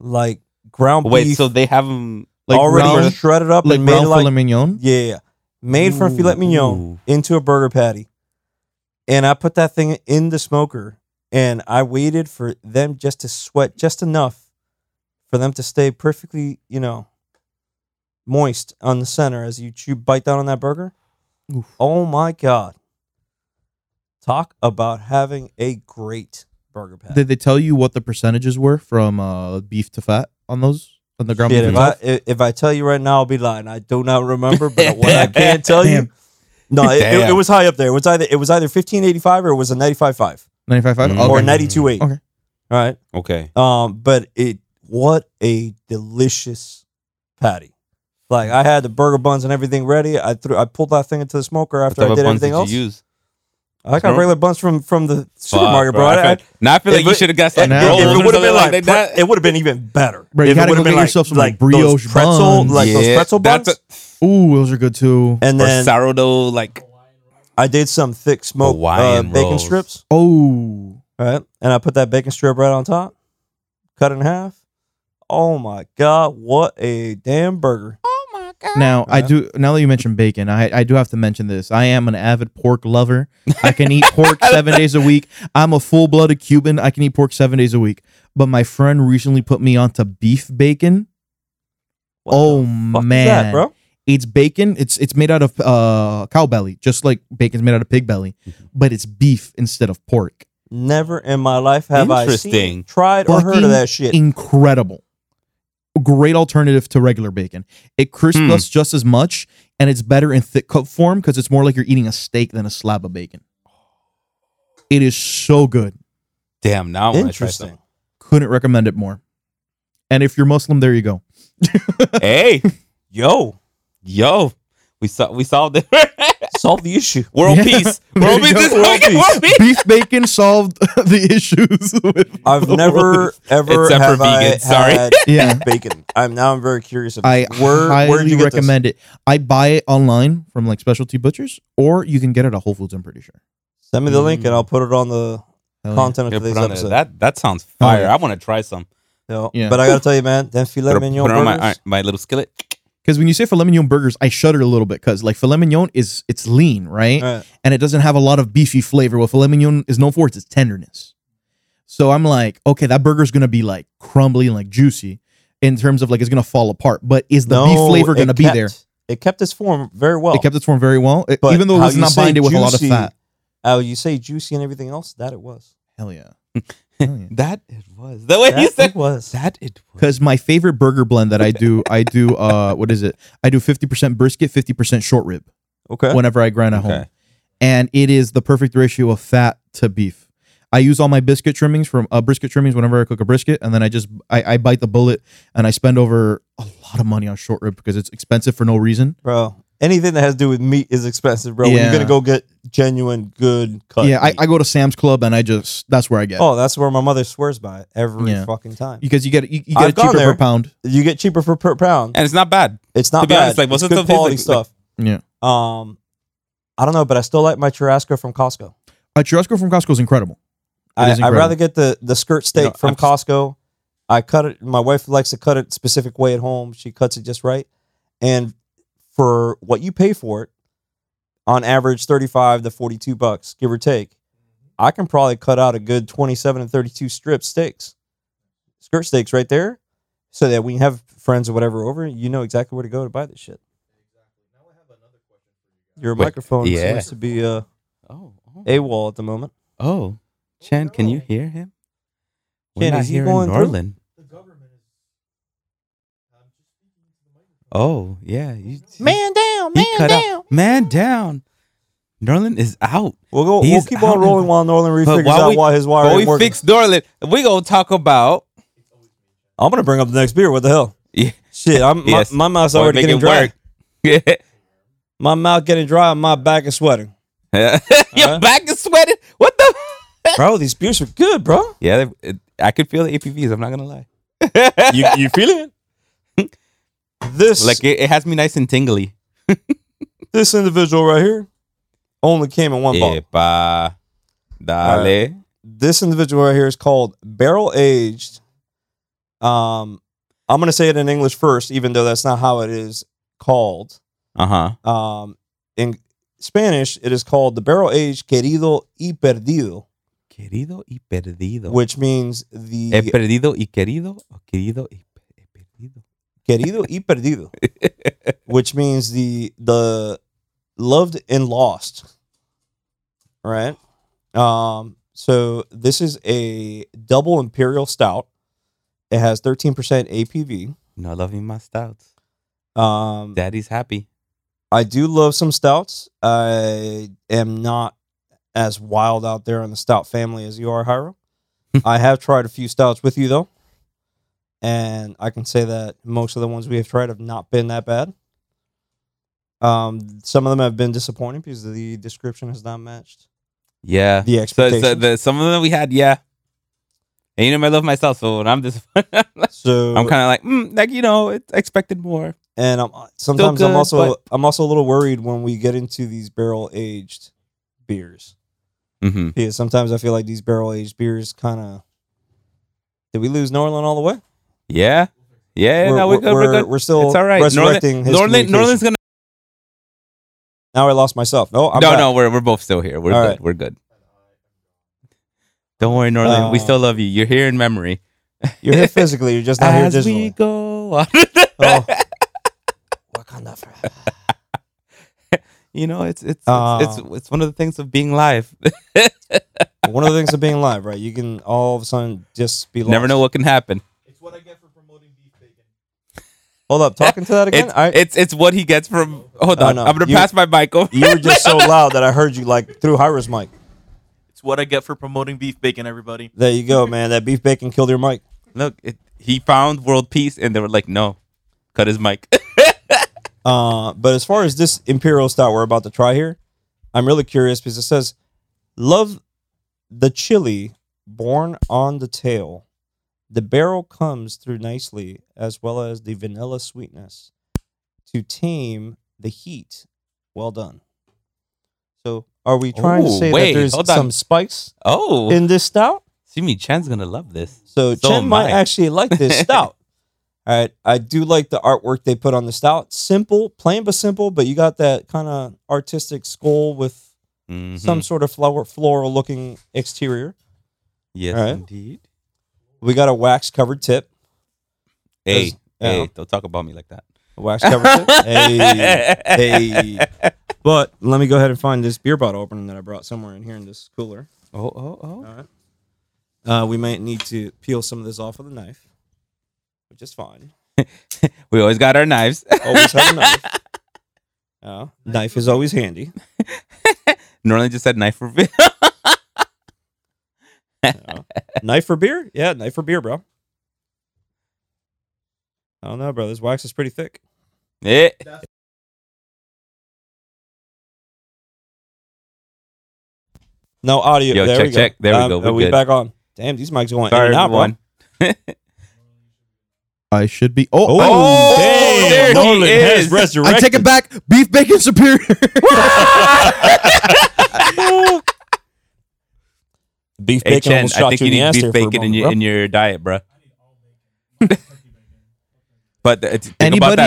Speaker 1: like ground
Speaker 3: Wait,
Speaker 1: beef
Speaker 3: so they have him
Speaker 2: Like
Speaker 1: already
Speaker 2: round-
Speaker 1: shredded up
Speaker 2: like
Speaker 1: and made
Speaker 2: brown
Speaker 1: like
Speaker 2: filet mignon.
Speaker 1: Yeah, yeah. Made from filet mignon
Speaker 3: Ooh.
Speaker 1: into a burger patty. And I put that thing in the smoker and I waited for them just to sweat just enough for them to stay perfectly, you know, moist on the center as you chew bite down on that burger.
Speaker 2: Oof.
Speaker 1: Oh my god. Talk about having a great burger patty.
Speaker 2: Did they tell you what the percentages were from uh, beef to fat on those on the ground
Speaker 1: Shit, if
Speaker 2: beef? and
Speaker 1: I
Speaker 2: fat?
Speaker 1: if, if I tell you right now, I'll be lying. I do not remember, but what I can tell you,
Speaker 2: Damn.
Speaker 1: no, it, it,
Speaker 3: Damn.
Speaker 1: it was high up there. It was either it was either fifteen eighty five or it was a ninety five five
Speaker 2: 95
Speaker 3: Mm.
Speaker 2: Okay.
Speaker 1: or ninety two eight.
Speaker 2: Okay.
Speaker 1: All right.
Speaker 3: Okay.
Speaker 1: Um, but it what a delicious patty. Like I had the burger buns and everything ready. I threw I pulled that thing into the smoker after I
Speaker 3: what
Speaker 1: did
Speaker 3: type of buns
Speaker 1: everything
Speaker 3: did
Speaker 1: else.
Speaker 3: you use?
Speaker 1: I got
Speaker 3: Bro.
Speaker 1: regular buns from from the
Speaker 3: Fuck,
Speaker 1: supermarket, bro.
Speaker 3: I
Speaker 1: I-
Speaker 3: feel, now I feel like
Speaker 1: if
Speaker 3: you
Speaker 1: it-
Speaker 3: should have got
Speaker 1: If-
Speaker 3: some
Speaker 2: Nah.
Speaker 3: rolls
Speaker 1: if, it
Speaker 3: or
Speaker 1: would have
Speaker 3: something
Speaker 1: been like,
Speaker 3: like
Speaker 1: pre-
Speaker 3: that.
Speaker 1: it would have been even better.
Speaker 2: Bro, you
Speaker 1: If it
Speaker 2: gotta
Speaker 1: would've
Speaker 2: go get yourself some, like,
Speaker 1: those
Speaker 2: brioche
Speaker 1: pretzel,
Speaker 2: buns.
Speaker 1: like those
Speaker 3: Yeah,
Speaker 1: pretzel buns,
Speaker 3: that's
Speaker 2: Ooh, those are good too.
Speaker 1: and
Speaker 3: a-
Speaker 1: then
Speaker 3: or sourdough, like
Speaker 1: I did some thick smoke uh,
Speaker 3: Hawaiian
Speaker 1: bacon
Speaker 3: rolls.
Speaker 1: strips,
Speaker 2: Oh,
Speaker 1: right? And I put that bacon strip right on top, cut it in half. Oh my god, what a damn burger!
Speaker 2: now I
Speaker 1: Yeah.
Speaker 2: do. Now that you mentioned bacon, I I do have to mention this. I am an avid pork lover. I can eat pork seven days a week. I'm a full blooded Cuban. I can eat pork seven days a week. But my friend recently put me onto beef bacon.
Speaker 1: What
Speaker 2: oh
Speaker 1: the fuck is
Speaker 2: man,
Speaker 1: that, bro,
Speaker 2: It's bacon. It's it's made out of uh, cow belly, just like bacon's made out of pig belly,
Speaker 1: Mm-hmm.
Speaker 2: but it's beef instead of pork.
Speaker 1: never in my life have I seen,
Speaker 3: Interesting.
Speaker 1: tried or heard of
Speaker 2: Fucking
Speaker 1: that shit.
Speaker 2: incredible. Great alternative to regular bacon. It crisps
Speaker 3: Hmm.
Speaker 2: us just as much, and it's better in thick cut form because it's more like you're eating a steak than a slab of bacon. It is so good.
Speaker 3: Damn, now I want to try
Speaker 1: Interesting.
Speaker 3: some.
Speaker 2: Couldn't recommend it more. And if you're Muslim, there you go.
Speaker 3: hey,
Speaker 1: Yo,
Speaker 3: yo, we saw we solved it.
Speaker 1: solve the issue.
Speaker 3: world
Speaker 2: Yeah.
Speaker 3: peace.
Speaker 2: There
Speaker 3: World
Speaker 2: you
Speaker 3: peace.
Speaker 2: go.
Speaker 3: This
Speaker 1: World
Speaker 3: weekend,
Speaker 1: peace.
Speaker 3: world peace.
Speaker 2: Beef bacon solved the issues. with
Speaker 1: I've
Speaker 2: the
Speaker 1: never
Speaker 2: world.
Speaker 1: ever
Speaker 3: Except for
Speaker 1: have I
Speaker 3: vegans, sorry.
Speaker 1: had
Speaker 2: Yeah,
Speaker 1: bacon. I'm now I'm very curious. Of
Speaker 2: I
Speaker 1: where
Speaker 2: highly
Speaker 1: where did you get
Speaker 2: recommend it. I buy it online from like specialty butchers, or you can get it at Whole Foods. I'm pretty sure.
Speaker 1: this? Send me the
Speaker 2: Mm.
Speaker 1: link and I'll put it on the
Speaker 2: Hell yeah.
Speaker 1: content
Speaker 3: Yeah,
Speaker 1: of
Speaker 3: put
Speaker 1: today's
Speaker 3: on
Speaker 1: episode.
Speaker 3: there. That that sounds fire. I want to try some.
Speaker 1: No,
Speaker 2: Yeah.
Speaker 1: But I gotta tell you, man, them
Speaker 3: Put,
Speaker 1: filet
Speaker 3: it-
Speaker 1: mignon
Speaker 3: put it on my
Speaker 1: burgers,
Speaker 3: my little skillet.
Speaker 2: Because when you say filet mignon burgers, I shudder a little bit because like filet mignon is it's lean, right?
Speaker 1: Alright.
Speaker 2: And it doesn't have a lot of beefy flavor. What filet mignon is known for is its tenderness. So I'm like, okay, that burger's gonna be like crumbly and like juicy in terms of like it's gonna fall apart. But is the beef
Speaker 1: No,
Speaker 2: flavor
Speaker 1: it
Speaker 2: gonna be
Speaker 1: kept-
Speaker 2: there?
Speaker 1: It kept its form very well.
Speaker 2: It kept its form very well, it-
Speaker 1: But
Speaker 2: even though
Speaker 1: how
Speaker 2: it's
Speaker 1: you
Speaker 2: not
Speaker 1: say
Speaker 2: bind it with a lot of
Speaker 1: juicy-
Speaker 2: fat.
Speaker 1: how you say juicy and everything else, that it was.
Speaker 2: Hell yeah. Hell yeah.
Speaker 3: That it was. The way
Speaker 1: That
Speaker 3: you
Speaker 1: it
Speaker 3: said
Speaker 1: was.
Speaker 3: that it was.
Speaker 2: Because my favorite burger blend that I do, I do uh what is it? I do 50% brisket, 50% short rib
Speaker 1: Okay.
Speaker 2: whenever I grind at home.
Speaker 3: Okay.
Speaker 2: And it is the perfect ratio of fat to beef. I use all my biscuit trimmings from uh, brisket trimmings whenever I cook a brisket, and then I just I, I bite the bullet and I spend over a lot of money on short rib because it's expensive for no reason.
Speaker 1: bro, anything that has to do with meat is expensive, bro. When
Speaker 2: Yeah.
Speaker 1: you're gonna go get genuine good cut.
Speaker 2: yeah, I,
Speaker 1: meat.
Speaker 2: I go to Sam's Club and I just that's where I get it.
Speaker 1: Oh, that's where my mother swears by it every
Speaker 2: Yeah.
Speaker 1: fucking time.
Speaker 2: because you get it- you, you
Speaker 1: I've
Speaker 2: get it
Speaker 1: gone
Speaker 2: cheaper
Speaker 1: there.
Speaker 2: per pound.
Speaker 1: You get cheaper for per pound.
Speaker 3: And it's not bad.
Speaker 1: It's not
Speaker 3: to be
Speaker 1: bad.
Speaker 3: honest, like,
Speaker 1: it's
Speaker 3: most of
Speaker 1: good
Speaker 3: the stuff
Speaker 1: quality
Speaker 3: tastes like-
Speaker 1: stuff.
Speaker 2: Yeah,
Speaker 1: um, I don't know, but I still like my churrasco from Costco.
Speaker 2: a churrasco from Costco is incredible. It
Speaker 1: I,
Speaker 2: is
Speaker 1: I'd
Speaker 2: incredible.
Speaker 1: rather get the the skirt steak
Speaker 3: No,
Speaker 1: from
Speaker 3: I'm s-
Speaker 1: Costco. I cut it. My wife likes to cut it specific way at home. She cuts it just right, and for what you pay for it, on average thirty five to forty two bucks, give or take. I can probably cut out a good twenty seven and thirty two strip steaks, skirt steaks right there, so that when you have friends or whatever over, you know exactly where to go to buy this shit. Your
Speaker 3: Wait,
Speaker 1: microphone
Speaker 3: yeah.
Speaker 1: seems to be uh,
Speaker 3: Oh, oh.
Speaker 1: AWOL at the moment.
Speaker 3: Oh, Chen, can you hear him? We're
Speaker 1: Chen,
Speaker 3: not
Speaker 1: is he
Speaker 3: hearing
Speaker 1: going through?
Speaker 3: Norlin. Oh yeah, you,
Speaker 1: Man down,
Speaker 3: he
Speaker 1: man
Speaker 3: cut
Speaker 1: down.
Speaker 3: out. Man down. Norlin is out.
Speaker 1: We'll go.
Speaker 3: He's
Speaker 1: we'll keep on
Speaker 3: out
Speaker 1: rolling
Speaker 3: of-
Speaker 1: while Norland
Speaker 3: But
Speaker 1: refigures
Speaker 3: while
Speaker 1: out
Speaker 3: we-
Speaker 1: why his wire
Speaker 3: But
Speaker 1: ain't
Speaker 3: we
Speaker 1: working.
Speaker 3: fixed Norlin. We gonna talk about
Speaker 1: I'm gonna bring up the next beer. What the hell?
Speaker 3: yeah.
Speaker 1: Shit, I'm,
Speaker 3: Yes.
Speaker 1: my, my mouth's
Speaker 3: Or
Speaker 1: already
Speaker 3: make
Speaker 1: getting
Speaker 3: it
Speaker 1: dry.
Speaker 3: work. Your
Speaker 1: My mouth getting dry. and My back is sweating.
Speaker 3: back is sweating. What the?
Speaker 1: bro, these beers are good, bro.
Speaker 3: Yeah, it, I could feel the APVs. I'm not gonna lie.
Speaker 1: You you feeling it? This
Speaker 3: Like it, it has me nice and tingly.
Speaker 1: this individual right here only came in one bottle.
Speaker 3: Epa, dale.
Speaker 1: This individual right here is called barrel aged. Um, I'm gonna say it in English first, even though that's not how it is called.
Speaker 3: Uh huh.
Speaker 1: Um, in Spanish, it is called the barrel aged querido y perdido,
Speaker 3: Querido y perdido.
Speaker 1: which means the
Speaker 3: He perdido y querido o querido y pe- he perdido.
Speaker 1: querido y perdido, which means the the loved and lost. Right. Um, so this is a double imperial stout. It has 13% APV.
Speaker 3: No loving my stouts.
Speaker 1: Um,
Speaker 3: Daddy's happy.
Speaker 1: I do love some stouts. I am not as wild out there in the stout family as you are, Hyro. I have tried a few stouts with you though, and I can say that most of the ones we have tried have not been that bad. Um, some of them have been disappointing because the description has not matched.
Speaker 3: Yeah.
Speaker 1: The
Speaker 3: So, so
Speaker 1: expectations.
Speaker 3: the, some of them we had, yeah. And you know, I love myself, so when I'm disappointed, I'm like,
Speaker 1: So
Speaker 3: I'm kind of like, mm, like you know, it, I expected more.
Speaker 1: and I'm uh, sometimes I'm
Speaker 3: good,
Speaker 1: also
Speaker 3: but-
Speaker 1: I'm also a little worried when we get into these barrel aged beers.
Speaker 3: Mm-hmm.
Speaker 1: Yeah, sometimes I feel like these barrel aged beers kind of. Did we lose Norland all the way?
Speaker 3: Yeah. Yeah. Eh, no, we're good. We're, good.
Speaker 1: we're still
Speaker 3: it's all right.
Speaker 1: resurrecting his
Speaker 3: Norlin, Norlin's
Speaker 1: communication.
Speaker 3: gonna.
Speaker 1: Now I lost myself. No, I'm
Speaker 3: no,
Speaker 1: back.
Speaker 3: no, we're we're both still here. We're
Speaker 1: All
Speaker 3: good.
Speaker 1: right.
Speaker 3: We're good. Don't worry, Norlin. we
Speaker 1: Uh,
Speaker 3: still love you. You're here in memory.
Speaker 1: You're here physically. You're just not here
Speaker 3: As we
Speaker 1: digitally.
Speaker 3: go on.
Speaker 1: Oh. Wakanda forever.
Speaker 3: you know, it's it's,
Speaker 1: Uh,
Speaker 3: it's it's it's one of the things of being live.
Speaker 1: One of the things of being live, right? You can all of a sudden just be lost.
Speaker 3: Never know what can happen.
Speaker 1: Hold up, talking to that again.
Speaker 3: It's,
Speaker 1: I,
Speaker 3: it's it's what he gets from. Hold
Speaker 1: Oh,
Speaker 3: on,
Speaker 1: no.
Speaker 3: I'm gonna
Speaker 1: You-
Speaker 3: pass my mic over.
Speaker 1: you were just so loud that I heard you like through Hyra's mic.
Speaker 4: It's what I get for promoting beef bacon, everybody.
Speaker 1: There you go, man. That beef bacon killed your mic.
Speaker 3: Look, it, he found world peace, and they were like, "No, cut his mic."
Speaker 1: Uh, but as far as this imperial stout we're about to try here, I'm really curious because it says, "Love the chili born on the tail. The barrel comes through nicely, as well as the vanilla sweetness, to tame the heat. Well done." So, are we trying to
Speaker 3: Ooh,
Speaker 1: say
Speaker 3: wait,
Speaker 1: that there's
Speaker 3: hold on.
Speaker 1: some spice
Speaker 3: oh,
Speaker 1: in this stout?
Speaker 3: Simi Chan's gonna love this.
Speaker 1: So,
Speaker 3: So
Speaker 1: Chen
Speaker 3: am
Speaker 1: might
Speaker 3: I.
Speaker 1: actually like this stout. All right, I do like the artwork they put on the stout. Simple, plain but simple, but you got that kind of artistic skull with
Speaker 3: Mhm.
Speaker 1: some sort of flower, floral looking exterior.
Speaker 3: yes,
Speaker 1: All right.
Speaker 3: indeed.
Speaker 1: We got a wax covered tip.
Speaker 3: Hey,
Speaker 1: Yeah.
Speaker 3: hey, don't talk about me like that.
Speaker 1: A wax covered tip. Hey, hey. But let me go ahead and find this beer bottle opener that I brought somewhere in here in this cooler.
Speaker 3: Oh, oh, oh.
Speaker 1: All right. Uh, we might need to peel some of this off with a knife, which is fine.
Speaker 3: We always got our knives.
Speaker 1: Always have a knife. Uh, knife is always handy.
Speaker 3: Norland just said knife for vi-
Speaker 1: Yeah. knife for beer? Yeah, knife for beer, bro. I don't know, bro. This wax is pretty thick.
Speaker 3: Eh.
Speaker 1: No audio.
Speaker 3: Yo,
Speaker 1: there
Speaker 3: check,
Speaker 1: we go.
Speaker 3: check. There we
Speaker 1: Um,
Speaker 3: go. We're
Speaker 1: Are we
Speaker 3: good.
Speaker 1: back on? Damn, these mics going in
Speaker 3: Sorry,
Speaker 1: and out, bro.
Speaker 3: everyone.
Speaker 2: I should be. Oh,
Speaker 1: Oh,
Speaker 2: oh,
Speaker 1: damn.
Speaker 3: there he
Speaker 1: Nolan has
Speaker 3: is.
Speaker 1: resurrected.
Speaker 2: I take it back. Beef bacon superior.
Speaker 1: Beef
Speaker 3: Hey,
Speaker 1: bacon
Speaker 3: Chen,
Speaker 1: almost
Speaker 3: I
Speaker 1: shot
Speaker 3: think
Speaker 1: you in the
Speaker 3: you need
Speaker 1: ass
Speaker 3: beef
Speaker 1: there for a
Speaker 3: bacon in
Speaker 1: moment,
Speaker 3: your,
Speaker 1: bro.
Speaker 3: in your diet, bro. but uh, think about that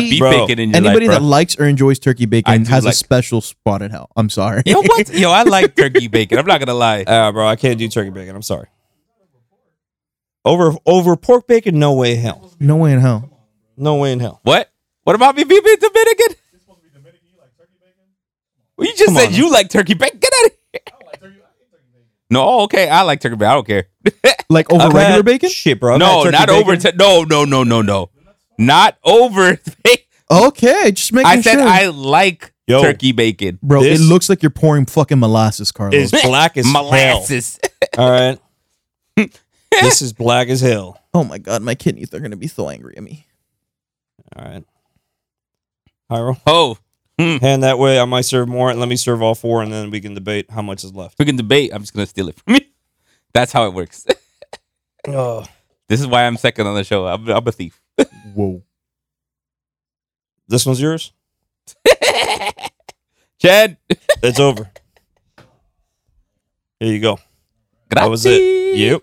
Speaker 2: Anybody-
Speaker 3: beef
Speaker 1: Bro.
Speaker 3: bacon in your
Speaker 2: Anybody
Speaker 3: life,
Speaker 2: that likes or enjoys turkey
Speaker 3: I
Speaker 2: bacon
Speaker 3: do
Speaker 2: has a
Speaker 3: like-
Speaker 2: special spot in hell. I'm sorry.
Speaker 3: Yo, what? Yo, I like turkey bacon. I'm not gonna lie.
Speaker 1: Ah, bro, I can't do turkey bacon. I'm sorry. Over over pork bacon? No way in hell.
Speaker 2: no way in hell.
Speaker 1: No way in hell.
Speaker 3: What? What about me being Dominican? Well, you just
Speaker 1: Come
Speaker 3: said
Speaker 1: on.
Speaker 3: you like turkey bacon. Get out of here. No, okay, I like turkey bacon. I don't care.
Speaker 2: Like over
Speaker 1: I've
Speaker 2: regular
Speaker 1: had-
Speaker 2: bacon?
Speaker 1: Shit, bro. I've had
Speaker 3: no,
Speaker 1: turkey
Speaker 3: not
Speaker 1: bacon.
Speaker 3: over. T- no, no, no, no, no, not over.
Speaker 2: Okay, just making
Speaker 3: I said
Speaker 2: sure.
Speaker 3: I like
Speaker 1: Yo.
Speaker 3: turkey bacon.
Speaker 2: Bro,
Speaker 1: This-
Speaker 2: it looks like you're pouring fucking molasses, Carlos.
Speaker 1: Is black as hell.
Speaker 3: Molasses.
Speaker 1: All right. this is black as hell.
Speaker 2: oh my god, my kidneys are gonna be so angry at me.
Speaker 1: All right. Hyrule,
Speaker 3: Oh,
Speaker 1: hand that way. I might serve more, and let me serve all four, and then we can debate how much is left.
Speaker 3: we can debate. I'm just gonna steal it from you. That's how it works.
Speaker 1: Oh.
Speaker 3: This is why I'm second on the show. I'm, I'm a thief.
Speaker 2: Whoa.
Speaker 1: This one's yours.
Speaker 3: Chad,
Speaker 1: It's over. Here you go.
Speaker 3: that
Speaker 1: was it. Yep.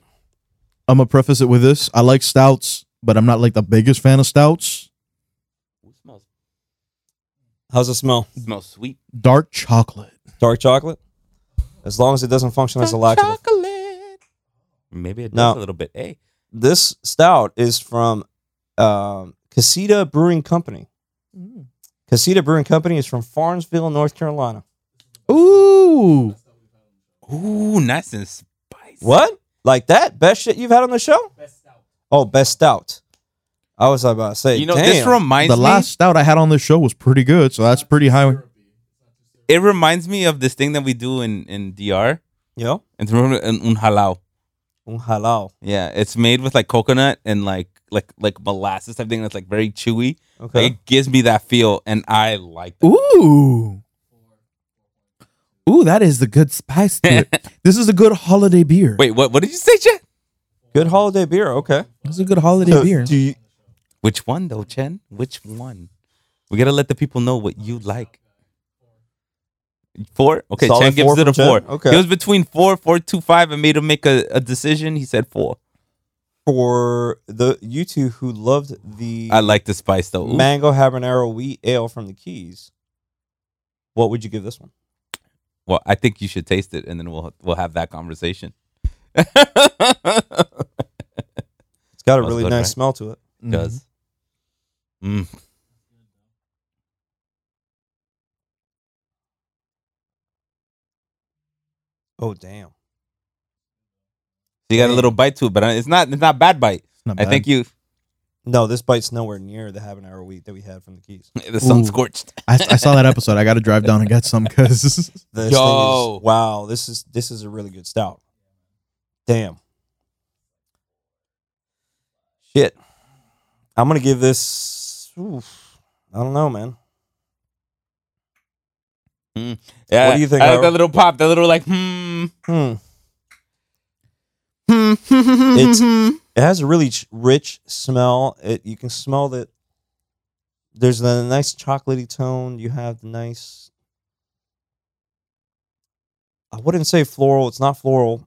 Speaker 2: I'm gonna preface it with this. I like stouts, but I'm not like the biggest fan of stouts.
Speaker 3: Smells,
Speaker 1: How's it smell?
Speaker 3: smells sweet.
Speaker 2: Dark chocolate.
Speaker 1: Dark chocolate. As long as it doesn't function as a laxative.
Speaker 3: chocolate. Maybe it does
Speaker 1: No.
Speaker 3: a little bit. Hey,
Speaker 1: This stout is from um, Casita Brewing Company. Casita Brewing Company is from Farmsville, North Carolina.
Speaker 2: Ooh.
Speaker 3: ooh, nice and spicy.
Speaker 1: What? Like that? Best shit you've had on the show? Best stout. Oh, best stout. I was about to say.
Speaker 3: You know,
Speaker 1: damn.
Speaker 3: this reminds
Speaker 2: The
Speaker 3: me.
Speaker 2: last stout I had on this show was pretty good, so that's pretty high.
Speaker 3: It reminds me of this thing that we do in in DR.
Speaker 1: Yo,
Speaker 3: It's remember in un halal.
Speaker 1: un halal.
Speaker 3: Yeah, it's made with like coconut and like like like molasses type thing that's like very chewy.
Speaker 1: Okay.
Speaker 3: It gives me that feel, and I like that.
Speaker 2: Ooh. Ooh, that is the good spice to it. this is a good holiday beer.
Speaker 3: Wait, what? What did you say, Chad?
Speaker 1: Good holiday beer. Okay.
Speaker 2: This is a good holiday
Speaker 1: So,
Speaker 2: beer.
Speaker 1: do you-
Speaker 3: Which one though, Chen? Which one? We gotta let the people know what you like. Four? Okay,
Speaker 1: Solid
Speaker 3: Chen
Speaker 1: four
Speaker 3: gives it a
Speaker 1: from
Speaker 3: four.
Speaker 1: Chen? Okay.
Speaker 3: It was between four, four, two, five, and made him make a, a decision. He said four.
Speaker 1: for the you two who loved the
Speaker 3: I like the spice though. Ooh,
Speaker 1: mango habanero wheat ale from the Keys, what would you give this one?
Speaker 3: Well, I think you should taste it and then we'll we'll have that conversation.
Speaker 1: Mm-hmm. It's got a
Speaker 3: Smells
Speaker 1: really
Speaker 3: good,
Speaker 1: nice
Speaker 3: right?
Speaker 1: smell to it.
Speaker 2: Mhm.
Speaker 3: Does. Mm.
Speaker 1: Oh damn.
Speaker 3: You got a little bite to it, but it's uh, not it's not bad bite.
Speaker 2: Not
Speaker 3: I
Speaker 2: bad.
Speaker 3: think you
Speaker 1: No, this bite's nowhere near the half an hour week that we had from the Keys.
Speaker 3: the sun
Speaker 2: Ooh.
Speaker 3: scorched.
Speaker 2: I, I saw that episode. I got to drive down and get some because
Speaker 1: This thing
Speaker 3: Yo.
Speaker 1: is, wow, this is this is a really good stout. Damn. Shit. I'm gonna give this. oof, I don't know, man.
Speaker 3: Yeah.
Speaker 1: What do you think,
Speaker 3: I like
Speaker 1: Ira?
Speaker 3: that little pop, that little like hmm.
Speaker 1: Hmm.
Speaker 3: hmm, hmm, hmm,
Speaker 1: It's-
Speaker 3: hmm.
Speaker 1: It has a really ch- rich smell. It you can smell that. There's the nice chocolatey tone. You have the nice. I wouldn't say floral. It's not floral.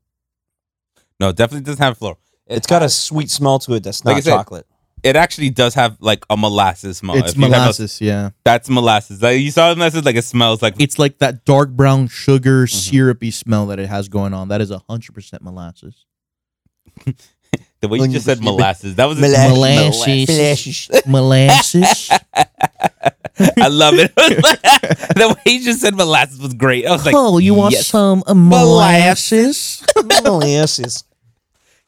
Speaker 3: No, it definitely doesn't have floral. It
Speaker 1: It's got a
Speaker 3: has-
Speaker 1: sweet smell to it that's not
Speaker 3: Like I said,
Speaker 1: chocolate.
Speaker 3: It actually does have like a molasses smell.
Speaker 2: it's
Speaker 3: If you have a-
Speaker 2: molasses. yeah,
Speaker 3: that's molasses. Like, you saw molasses, like it smells like
Speaker 2: it's like that dark brown sugar
Speaker 3: Mm-hmm.
Speaker 2: syrupy smell that it has going on. That is hundred percent molasses.
Speaker 3: the way you just said molasses. That was
Speaker 2: Molasses. Molasses. Molasses.
Speaker 3: I love it. the way you just said molasses was great. I was like,
Speaker 2: oh, you want
Speaker 3: yes.
Speaker 2: some uh, molasses?
Speaker 1: Molasses.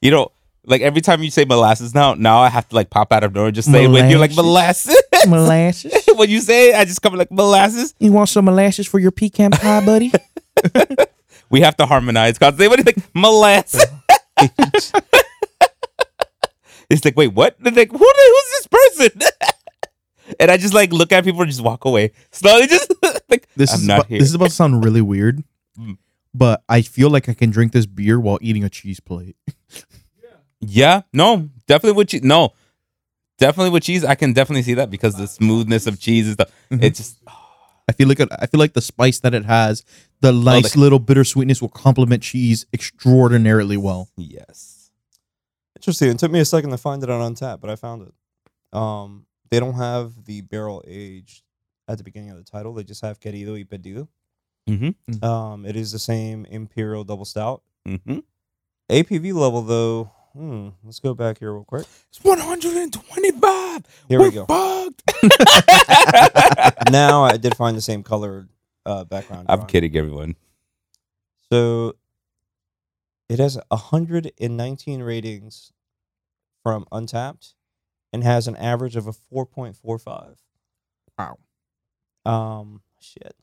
Speaker 3: You know, like every time you say molasses now, now I have to like pop out of nowhere and just say it when you're like molasses.
Speaker 2: molasses.
Speaker 3: when you say it, I just come like molasses.
Speaker 2: You want some molasses for your pecan pie, buddy?
Speaker 3: We have to harmonize constantly. What do you think? Molasses.
Speaker 1: Uh-huh.
Speaker 3: it's like, wait, what? They're like, who the, who's this person? and I just like look at people and just walk away. Slowly just like
Speaker 2: This
Speaker 3: I'm
Speaker 2: is
Speaker 3: not
Speaker 2: about,
Speaker 3: here.
Speaker 2: this is about to sound really weird,
Speaker 3: Mm.
Speaker 2: but I feel like I can drink this beer while eating a cheese plate.
Speaker 3: Yeah, no, definitely with cheese. No, definitely with cheese. I can definitely see that because the smoothness of cheese is the.
Speaker 1: Mm-hmm.
Speaker 2: Mhm.
Speaker 3: It's just
Speaker 2: I feel like I feel like the spice that it has, the nice
Speaker 3: the-
Speaker 2: little bittersweetness will complement cheese extraordinarily well.
Speaker 3: yes.
Speaker 1: Interesting. It took me a second to find it on Untap, but I found it. Um, they don't have the barrel aged at the beginning of the title. They just have Querido y Pedido.
Speaker 3: Mhm.
Speaker 2: Mhm.
Speaker 1: Um, it is the same Imperial Double Stout.
Speaker 3: Mm-hmm.
Speaker 1: APV level, though, hmm, let's go back here real quick.
Speaker 3: It's one hundred and twenty-five.
Speaker 1: Here we go.
Speaker 3: Bugged.
Speaker 1: now I did find the same colored uh, background.
Speaker 3: I'm
Speaker 1: drawing.
Speaker 3: kidding, everyone.
Speaker 1: So it has 119 ratings from Untapped and has an average of a 4.45.
Speaker 2: Wow.
Speaker 1: Um, shit.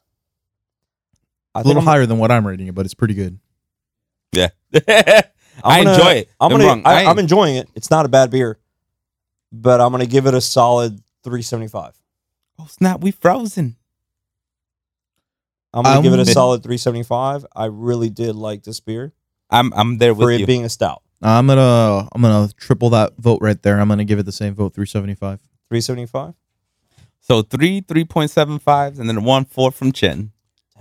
Speaker 1: I
Speaker 2: A little
Speaker 1: think
Speaker 2: higher than what I'm rating it, but it's pretty good.
Speaker 3: Yeah, I
Speaker 1: gonna-
Speaker 3: enjoy it.
Speaker 1: I'm,
Speaker 3: Don't
Speaker 1: gonna,
Speaker 3: wrong,
Speaker 1: I,
Speaker 3: I-
Speaker 1: I'm enjoying it. It's not a bad beer, but I'm gonna give it a solid 375.
Speaker 3: oh snap, we frozen.
Speaker 1: I'm gonna
Speaker 2: I'm
Speaker 1: give it a
Speaker 2: mid-
Speaker 1: solid 375. I really did like this beer
Speaker 3: I'm I'm there
Speaker 1: for
Speaker 3: with
Speaker 1: it
Speaker 3: you.
Speaker 1: being a stout.
Speaker 2: I'm gonna I'm gonna triple that vote right there. I'm gonna give it the same vote, 375.
Speaker 1: 375.
Speaker 3: so three three point seven fives and then one four from Chen.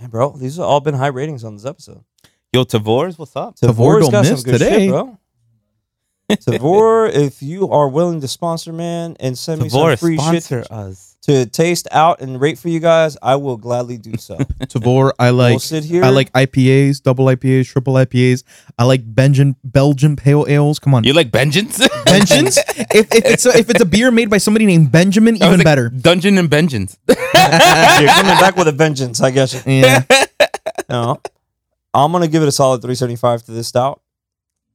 Speaker 1: Damn, bro, these have all been high ratings on this episode.
Speaker 3: Yo, Tavors, what's up?
Speaker 2: Tavor
Speaker 1: Tavor's
Speaker 2: don't
Speaker 1: got some
Speaker 2: miss
Speaker 1: good
Speaker 2: today.
Speaker 1: shit, bro. Tavor, if you are willing to sponsor, man, and send me some
Speaker 3: Tavor,
Speaker 1: free
Speaker 3: sponsor
Speaker 1: shit
Speaker 3: us.
Speaker 1: to taste out and rate for you guys, I will gladly do so.
Speaker 2: Tavor, I
Speaker 1: we'll
Speaker 2: like
Speaker 1: sit here.
Speaker 2: I like IPAs, double IPAs, triple IPAs. I like Belgian Belgian pale ales. Come on,
Speaker 3: You like vengeance?
Speaker 2: Benjins. if, if it's a, if it's a beer made by somebody named Benjamin,
Speaker 3: I was
Speaker 2: even
Speaker 3: like,
Speaker 2: better.
Speaker 3: Dungeon and vengeance.
Speaker 1: You're coming back with a vengeance, I guess.
Speaker 2: Yeah,
Speaker 1: No, I'm gonna give it a solid 375 to this stout.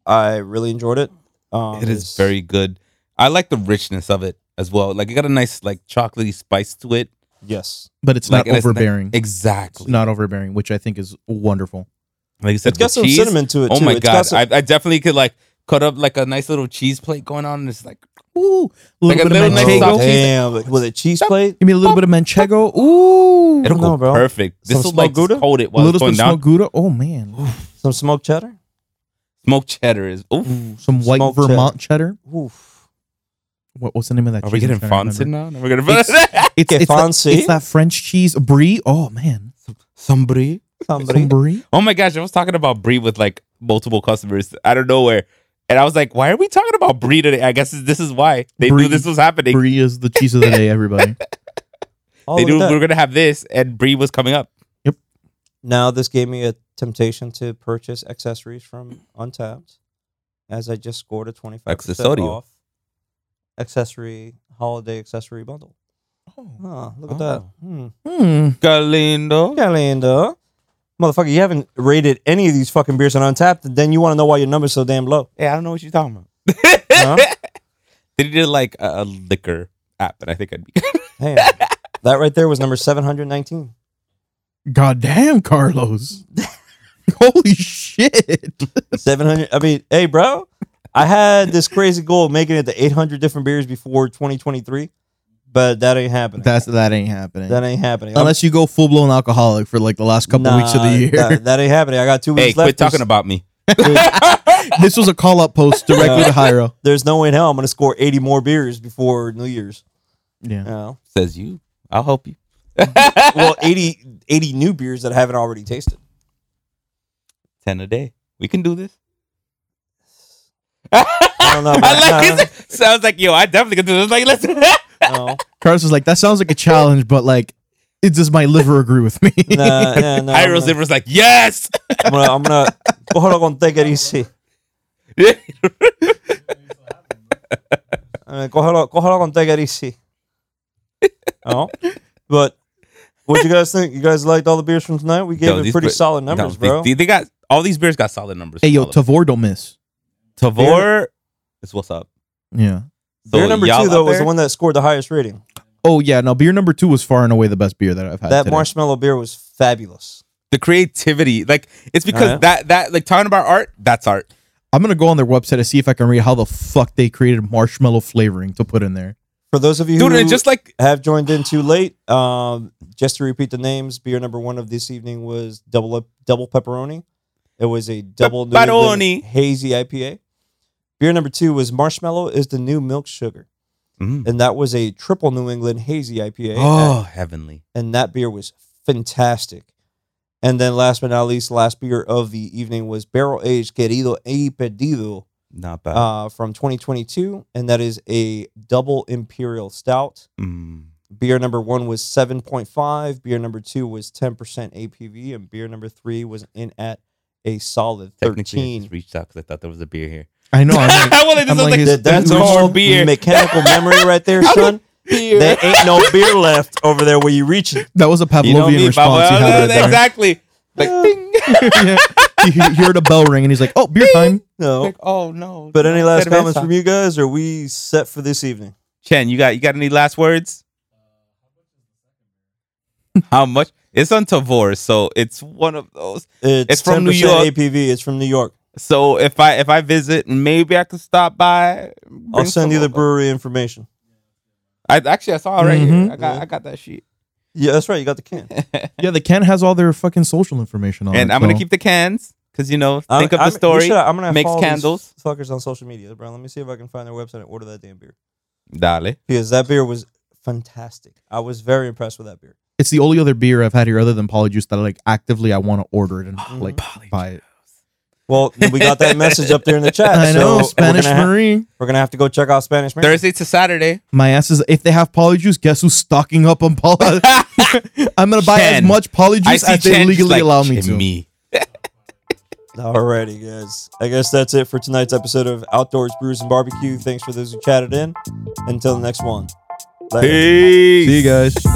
Speaker 1: I really enjoyed it. Um,
Speaker 3: It is
Speaker 1: it's-
Speaker 3: very good. I like the richness of it as well. Like it got a nice like chocolatey spice to it.
Speaker 1: yes.
Speaker 2: but it's
Speaker 3: Like,
Speaker 2: not
Speaker 3: and it's not-
Speaker 2: overbearing.
Speaker 3: Exactly.
Speaker 2: not overbearing, which I think is wonderful.
Speaker 3: Like you said,
Speaker 1: It's got
Speaker 3: the
Speaker 1: some
Speaker 3: cheese,
Speaker 1: cinnamon to it.
Speaker 3: Oh
Speaker 1: too.
Speaker 3: my
Speaker 1: It's got
Speaker 3: god,
Speaker 1: some-
Speaker 3: I, I definitely could like cut up like a nice little cheese plate going on, and it's like
Speaker 2: Ooh, a
Speaker 3: Like
Speaker 2: little bit
Speaker 3: a
Speaker 2: of
Speaker 3: little nice
Speaker 2: manchego.
Speaker 3: sausage.
Speaker 1: damn, like, with a cheese plate.
Speaker 2: Give me a little bit of manchego. Ooh,
Speaker 3: it'll
Speaker 1: know,
Speaker 3: go
Speaker 1: bro.
Speaker 3: perfect. This
Speaker 1: Some
Speaker 3: will like
Speaker 1: smoked
Speaker 3: just
Speaker 1: gouda?
Speaker 3: hold it
Speaker 2: a
Speaker 3: while it's
Speaker 2: little bit
Speaker 3: going
Speaker 2: of
Speaker 3: down.
Speaker 2: smoked gouda. Oh man,
Speaker 1: Some smoked cheddar.
Speaker 3: Smoked cheddar is. Ooh,
Speaker 2: some white
Speaker 1: Smoked
Speaker 2: Vermont cheddar.
Speaker 1: Oof.
Speaker 2: What, what's the name of that?
Speaker 3: are we
Speaker 2: cheese?
Speaker 3: getting
Speaker 2: I'm trying to
Speaker 3: fancy
Speaker 2: remember.
Speaker 3: now? Are we getting
Speaker 2: It's-
Speaker 3: fancy?
Speaker 2: It's,
Speaker 1: Get
Speaker 2: it's, that,
Speaker 1: fancy?
Speaker 2: it's that French cheese brie. Oh man,
Speaker 3: Some brie.
Speaker 1: Somebody.
Speaker 2: some brie.
Speaker 3: Oh my gosh, I was talking about brie with like multiple customers out of nowhere, and I was like, why are we talking about brie today? I guess this is why they
Speaker 2: Brie.
Speaker 3: knew this was happening.
Speaker 2: Brie is the cheese of the day. Everybody.
Speaker 1: Oh,
Speaker 3: they
Speaker 1: look
Speaker 3: knew
Speaker 1: at that.
Speaker 3: we were gonna have this, and brie was coming up.
Speaker 1: Now this gave me a temptation to purchase accessories from Untapped, as I just scored a twenty five percent
Speaker 3: Accessorio.
Speaker 1: off accessory holiday accessory bundle.
Speaker 2: Oh.
Speaker 1: Huh, look at that. Hmm.
Speaker 2: Hmm.
Speaker 3: Galindo.
Speaker 1: Calendar. Motherfucker, you haven't rated any of these fucking beers on Untapped, then you want to know why your number's so damn low.
Speaker 3: Yeah, I don't know what you're talking about.
Speaker 1: Huh?
Speaker 3: They did like a, a liquor app, and I think I'd be.
Speaker 1: Damn. that right there was number 719.
Speaker 2: God damn, Carlos. Holy shit.
Speaker 1: 700. I mean, hey, bro, I had this crazy goal of making it to 800 different beers before 2023, but that ain't happening.
Speaker 2: That's that ain't happening.
Speaker 1: that ain't happening.
Speaker 2: Unless you go full blown alcoholic for like the last couple
Speaker 1: Nah,
Speaker 2: weeks of the year.
Speaker 1: That, that ain't happening. I got two weeks
Speaker 3: hey,
Speaker 1: left.
Speaker 3: quit talking
Speaker 1: There's-
Speaker 3: about me.
Speaker 2: this was a call up post directly
Speaker 1: Yeah.
Speaker 2: to Hyro.
Speaker 1: There's no way in hell I'm going to score 80 more beers before New Year's.
Speaker 2: Yeah.
Speaker 1: No.
Speaker 3: Says you. I'll help you.
Speaker 1: Well, 80, 80 new beers that I haven't already tasted.
Speaker 3: Ten a day. We can do this.
Speaker 1: I don't know.
Speaker 3: I
Speaker 1: man.
Speaker 3: like it. Sounds like yo. I definitely can do this. Like, listen.
Speaker 1: No.
Speaker 2: Carlos was like, that sounds like a challenge, but like, it, does my liver agree with me?
Speaker 1: Nah, yeah, no. I'm
Speaker 3: Hyros
Speaker 1: gonna-
Speaker 3: Zimmer's like, yes.
Speaker 1: I'm gonna, I'm gonna, Cógelo con take it easy. Uh, cógelo, cógelo con take it easy. No, but what you guys think? You guys liked all the beers from tonight? We gave
Speaker 3: Yo,
Speaker 1: it
Speaker 3: these
Speaker 1: pretty
Speaker 3: br-
Speaker 1: solid
Speaker 3: No,
Speaker 1: numbers,
Speaker 3: they-
Speaker 1: bro.
Speaker 3: They, they got all these beers got solid numbers.
Speaker 2: hey, yo,
Speaker 3: All of them.
Speaker 2: Tavor don't miss.
Speaker 3: Tavor is what's up.
Speaker 2: Yeah.
Speaker 3: So
Speaker 1: beer number
Speaker 3: y'all
Speaker 1: two
Speaker 3: out
Speaker 1: though was
Speaker 3: there-
Speaker 1: the one that scored the highest rating.
Speaker 2: Oh, yeah. No, beer number two was far and away the best beer that I've had.
Speaker 1: That
Speaker 2: today.
Speaker 1: marshmallow beer was fabulous.
Speaker 3: The creativity, like it's because
Speaker 1: Alright.
Speaker 3: that that like talking about art, that's art.
Speaker 2: I'm going to go on their website to see if I can read how the fuck they created marshmallow flavoring to put in there.
Speaker 1: For those of you
Speaker 3: Dude,
Speaker 1: who
Speaker 3: and just like
Speaker 1: have joined in too late, um, just to repeat the names, beer number one of this evening was double double pepperoni. It was a double New England
Speaker 3: Pepperoni.
Speaker 1: hazy IPA. Beer number two was marshmallow is the new milk sugar,
Speaker 3: Mm.
Speaker 1: and that was a triple New England hazy IPA.
Speaker 3: Oh, heavenly.
Speaker 1: and that beer was fantastic. And then last but not least, last beer of the evening was barrel aged querido y pedido
Speaker 3: Not bad.
Speaker 1: uh, from 2022, and that is a double imperial stout.
Speaker 3: Mm.
Speaker 1: Beer number one was 7.5. Beer number two was 10% APV. And beer number three was in at a solid
Speaker 3: Technically, I
Speaker 1: 13.
Speaker 3: just reached out because I thought there was a beer here.
Speaker 2: I know. I'm like,
Speaker 3: I wanted this.
Speaker 2: I'm
Speaker 3: I
Speaker 2: like,
Speaker 3: was like,
Speaker 2: is-
Speaker 1: Th- That's
Speaker 3: There's
Speaker 1: all
Speaker 3: more beer.
Speaker 1: mechanical memory right there, son. There ain't no beer left over there where you reach it.
Speaker 2: that was a Pavlovian
Speaker 3: You know me, Pablo.
Speaker 2: response. he had right there.
Speaker 3: exactly. Like, ding.
Speaker 2: yeah. You hear- you heard a bell ring and he's like, oh, beer time.
Speaker 1: No.
Speaker 3: Like, oh no.
Speaker 1: But any last
Speaker 3: Cerveza.
Speaker 1: comments from you guys? Are we set for this evening?
Speaker 3: Chen, you got you got any last words? Uh, How much? It's on Tavor, so it's one of those.
Speaker 1: It's,
Speaker 3: It's from New
Speaker 1: 10%
Speaker 3: York.
Speaker 1: APV. It's from New York.
Speaker 3: So if I if I visit, maybe I could stop by.
Speaker 1: I'll
Speaker 3: bring some
Speaker 1: send you the
Speaker 3: over.
Speaker 1: brewery information.
Speaker 3: I actually I saw it right
Speaker 2: Mhm.
Speaker 3: here. I got I got that sheet.
Speaker 1: Yeah, that's right. You got the can.
Speaker 2: Yeah, the can has all their fucking social information on it.
Speaker 3: and I'm gonna
Speaker 2: so-
Speaker 3: keep the cans because you know
Speaker 1: I'm-
Speaker 3: think of
Speaker 1: I'm-
Speaker 3: the
Speaker 1: we
Speaker 3: story.
Speaker 1: should- I'm gonna
Speaker 3: makes
Speaker 1: follow these
Speaker 3: candles.
Speaker 1: Fuckers on social media, bro. Let me see if I can find their website and order that damn beer.
Speaker 3: Dale.
Speaker 1: because that beer was fantastic. I was very impressed with that beer.
Speaker 2: It's the only other beer I've had here other than Polyjuice that like actively I want to order it and like buy it.
Speaker 1: Well, we got that message up there in the chat.
Speaker 2: I know
Speaker 1: so
Speaker 2: Spanish
Speaker 1: we're gonna, ha-
Speaker 2: Marine.
Speaker 1: we're gonna have to go check out Spanish Marine.
Speaker 3: Thursday to Saturday.
Speaker 2: My ass is if they have Polyjuice, guess who's stocking up on Poly? I'm gonna buy as
Speaker 3: Chen.
Speaker 2: much Polyjuice as they
Speaker 3: Chen, she's
Speaker 2: legally
Speaker 3: like,
Speaker 2: allow me to.
Speaker 3: "Jimmy."
Speaker 1: Alrighty, guys. I guess that's it for tonight's episode of Outdoors Brews and Barbecue. Thanks for those who chatted in. Until the next one. Later.
Speaker 3: Peace.
Speaker 2: See you guys.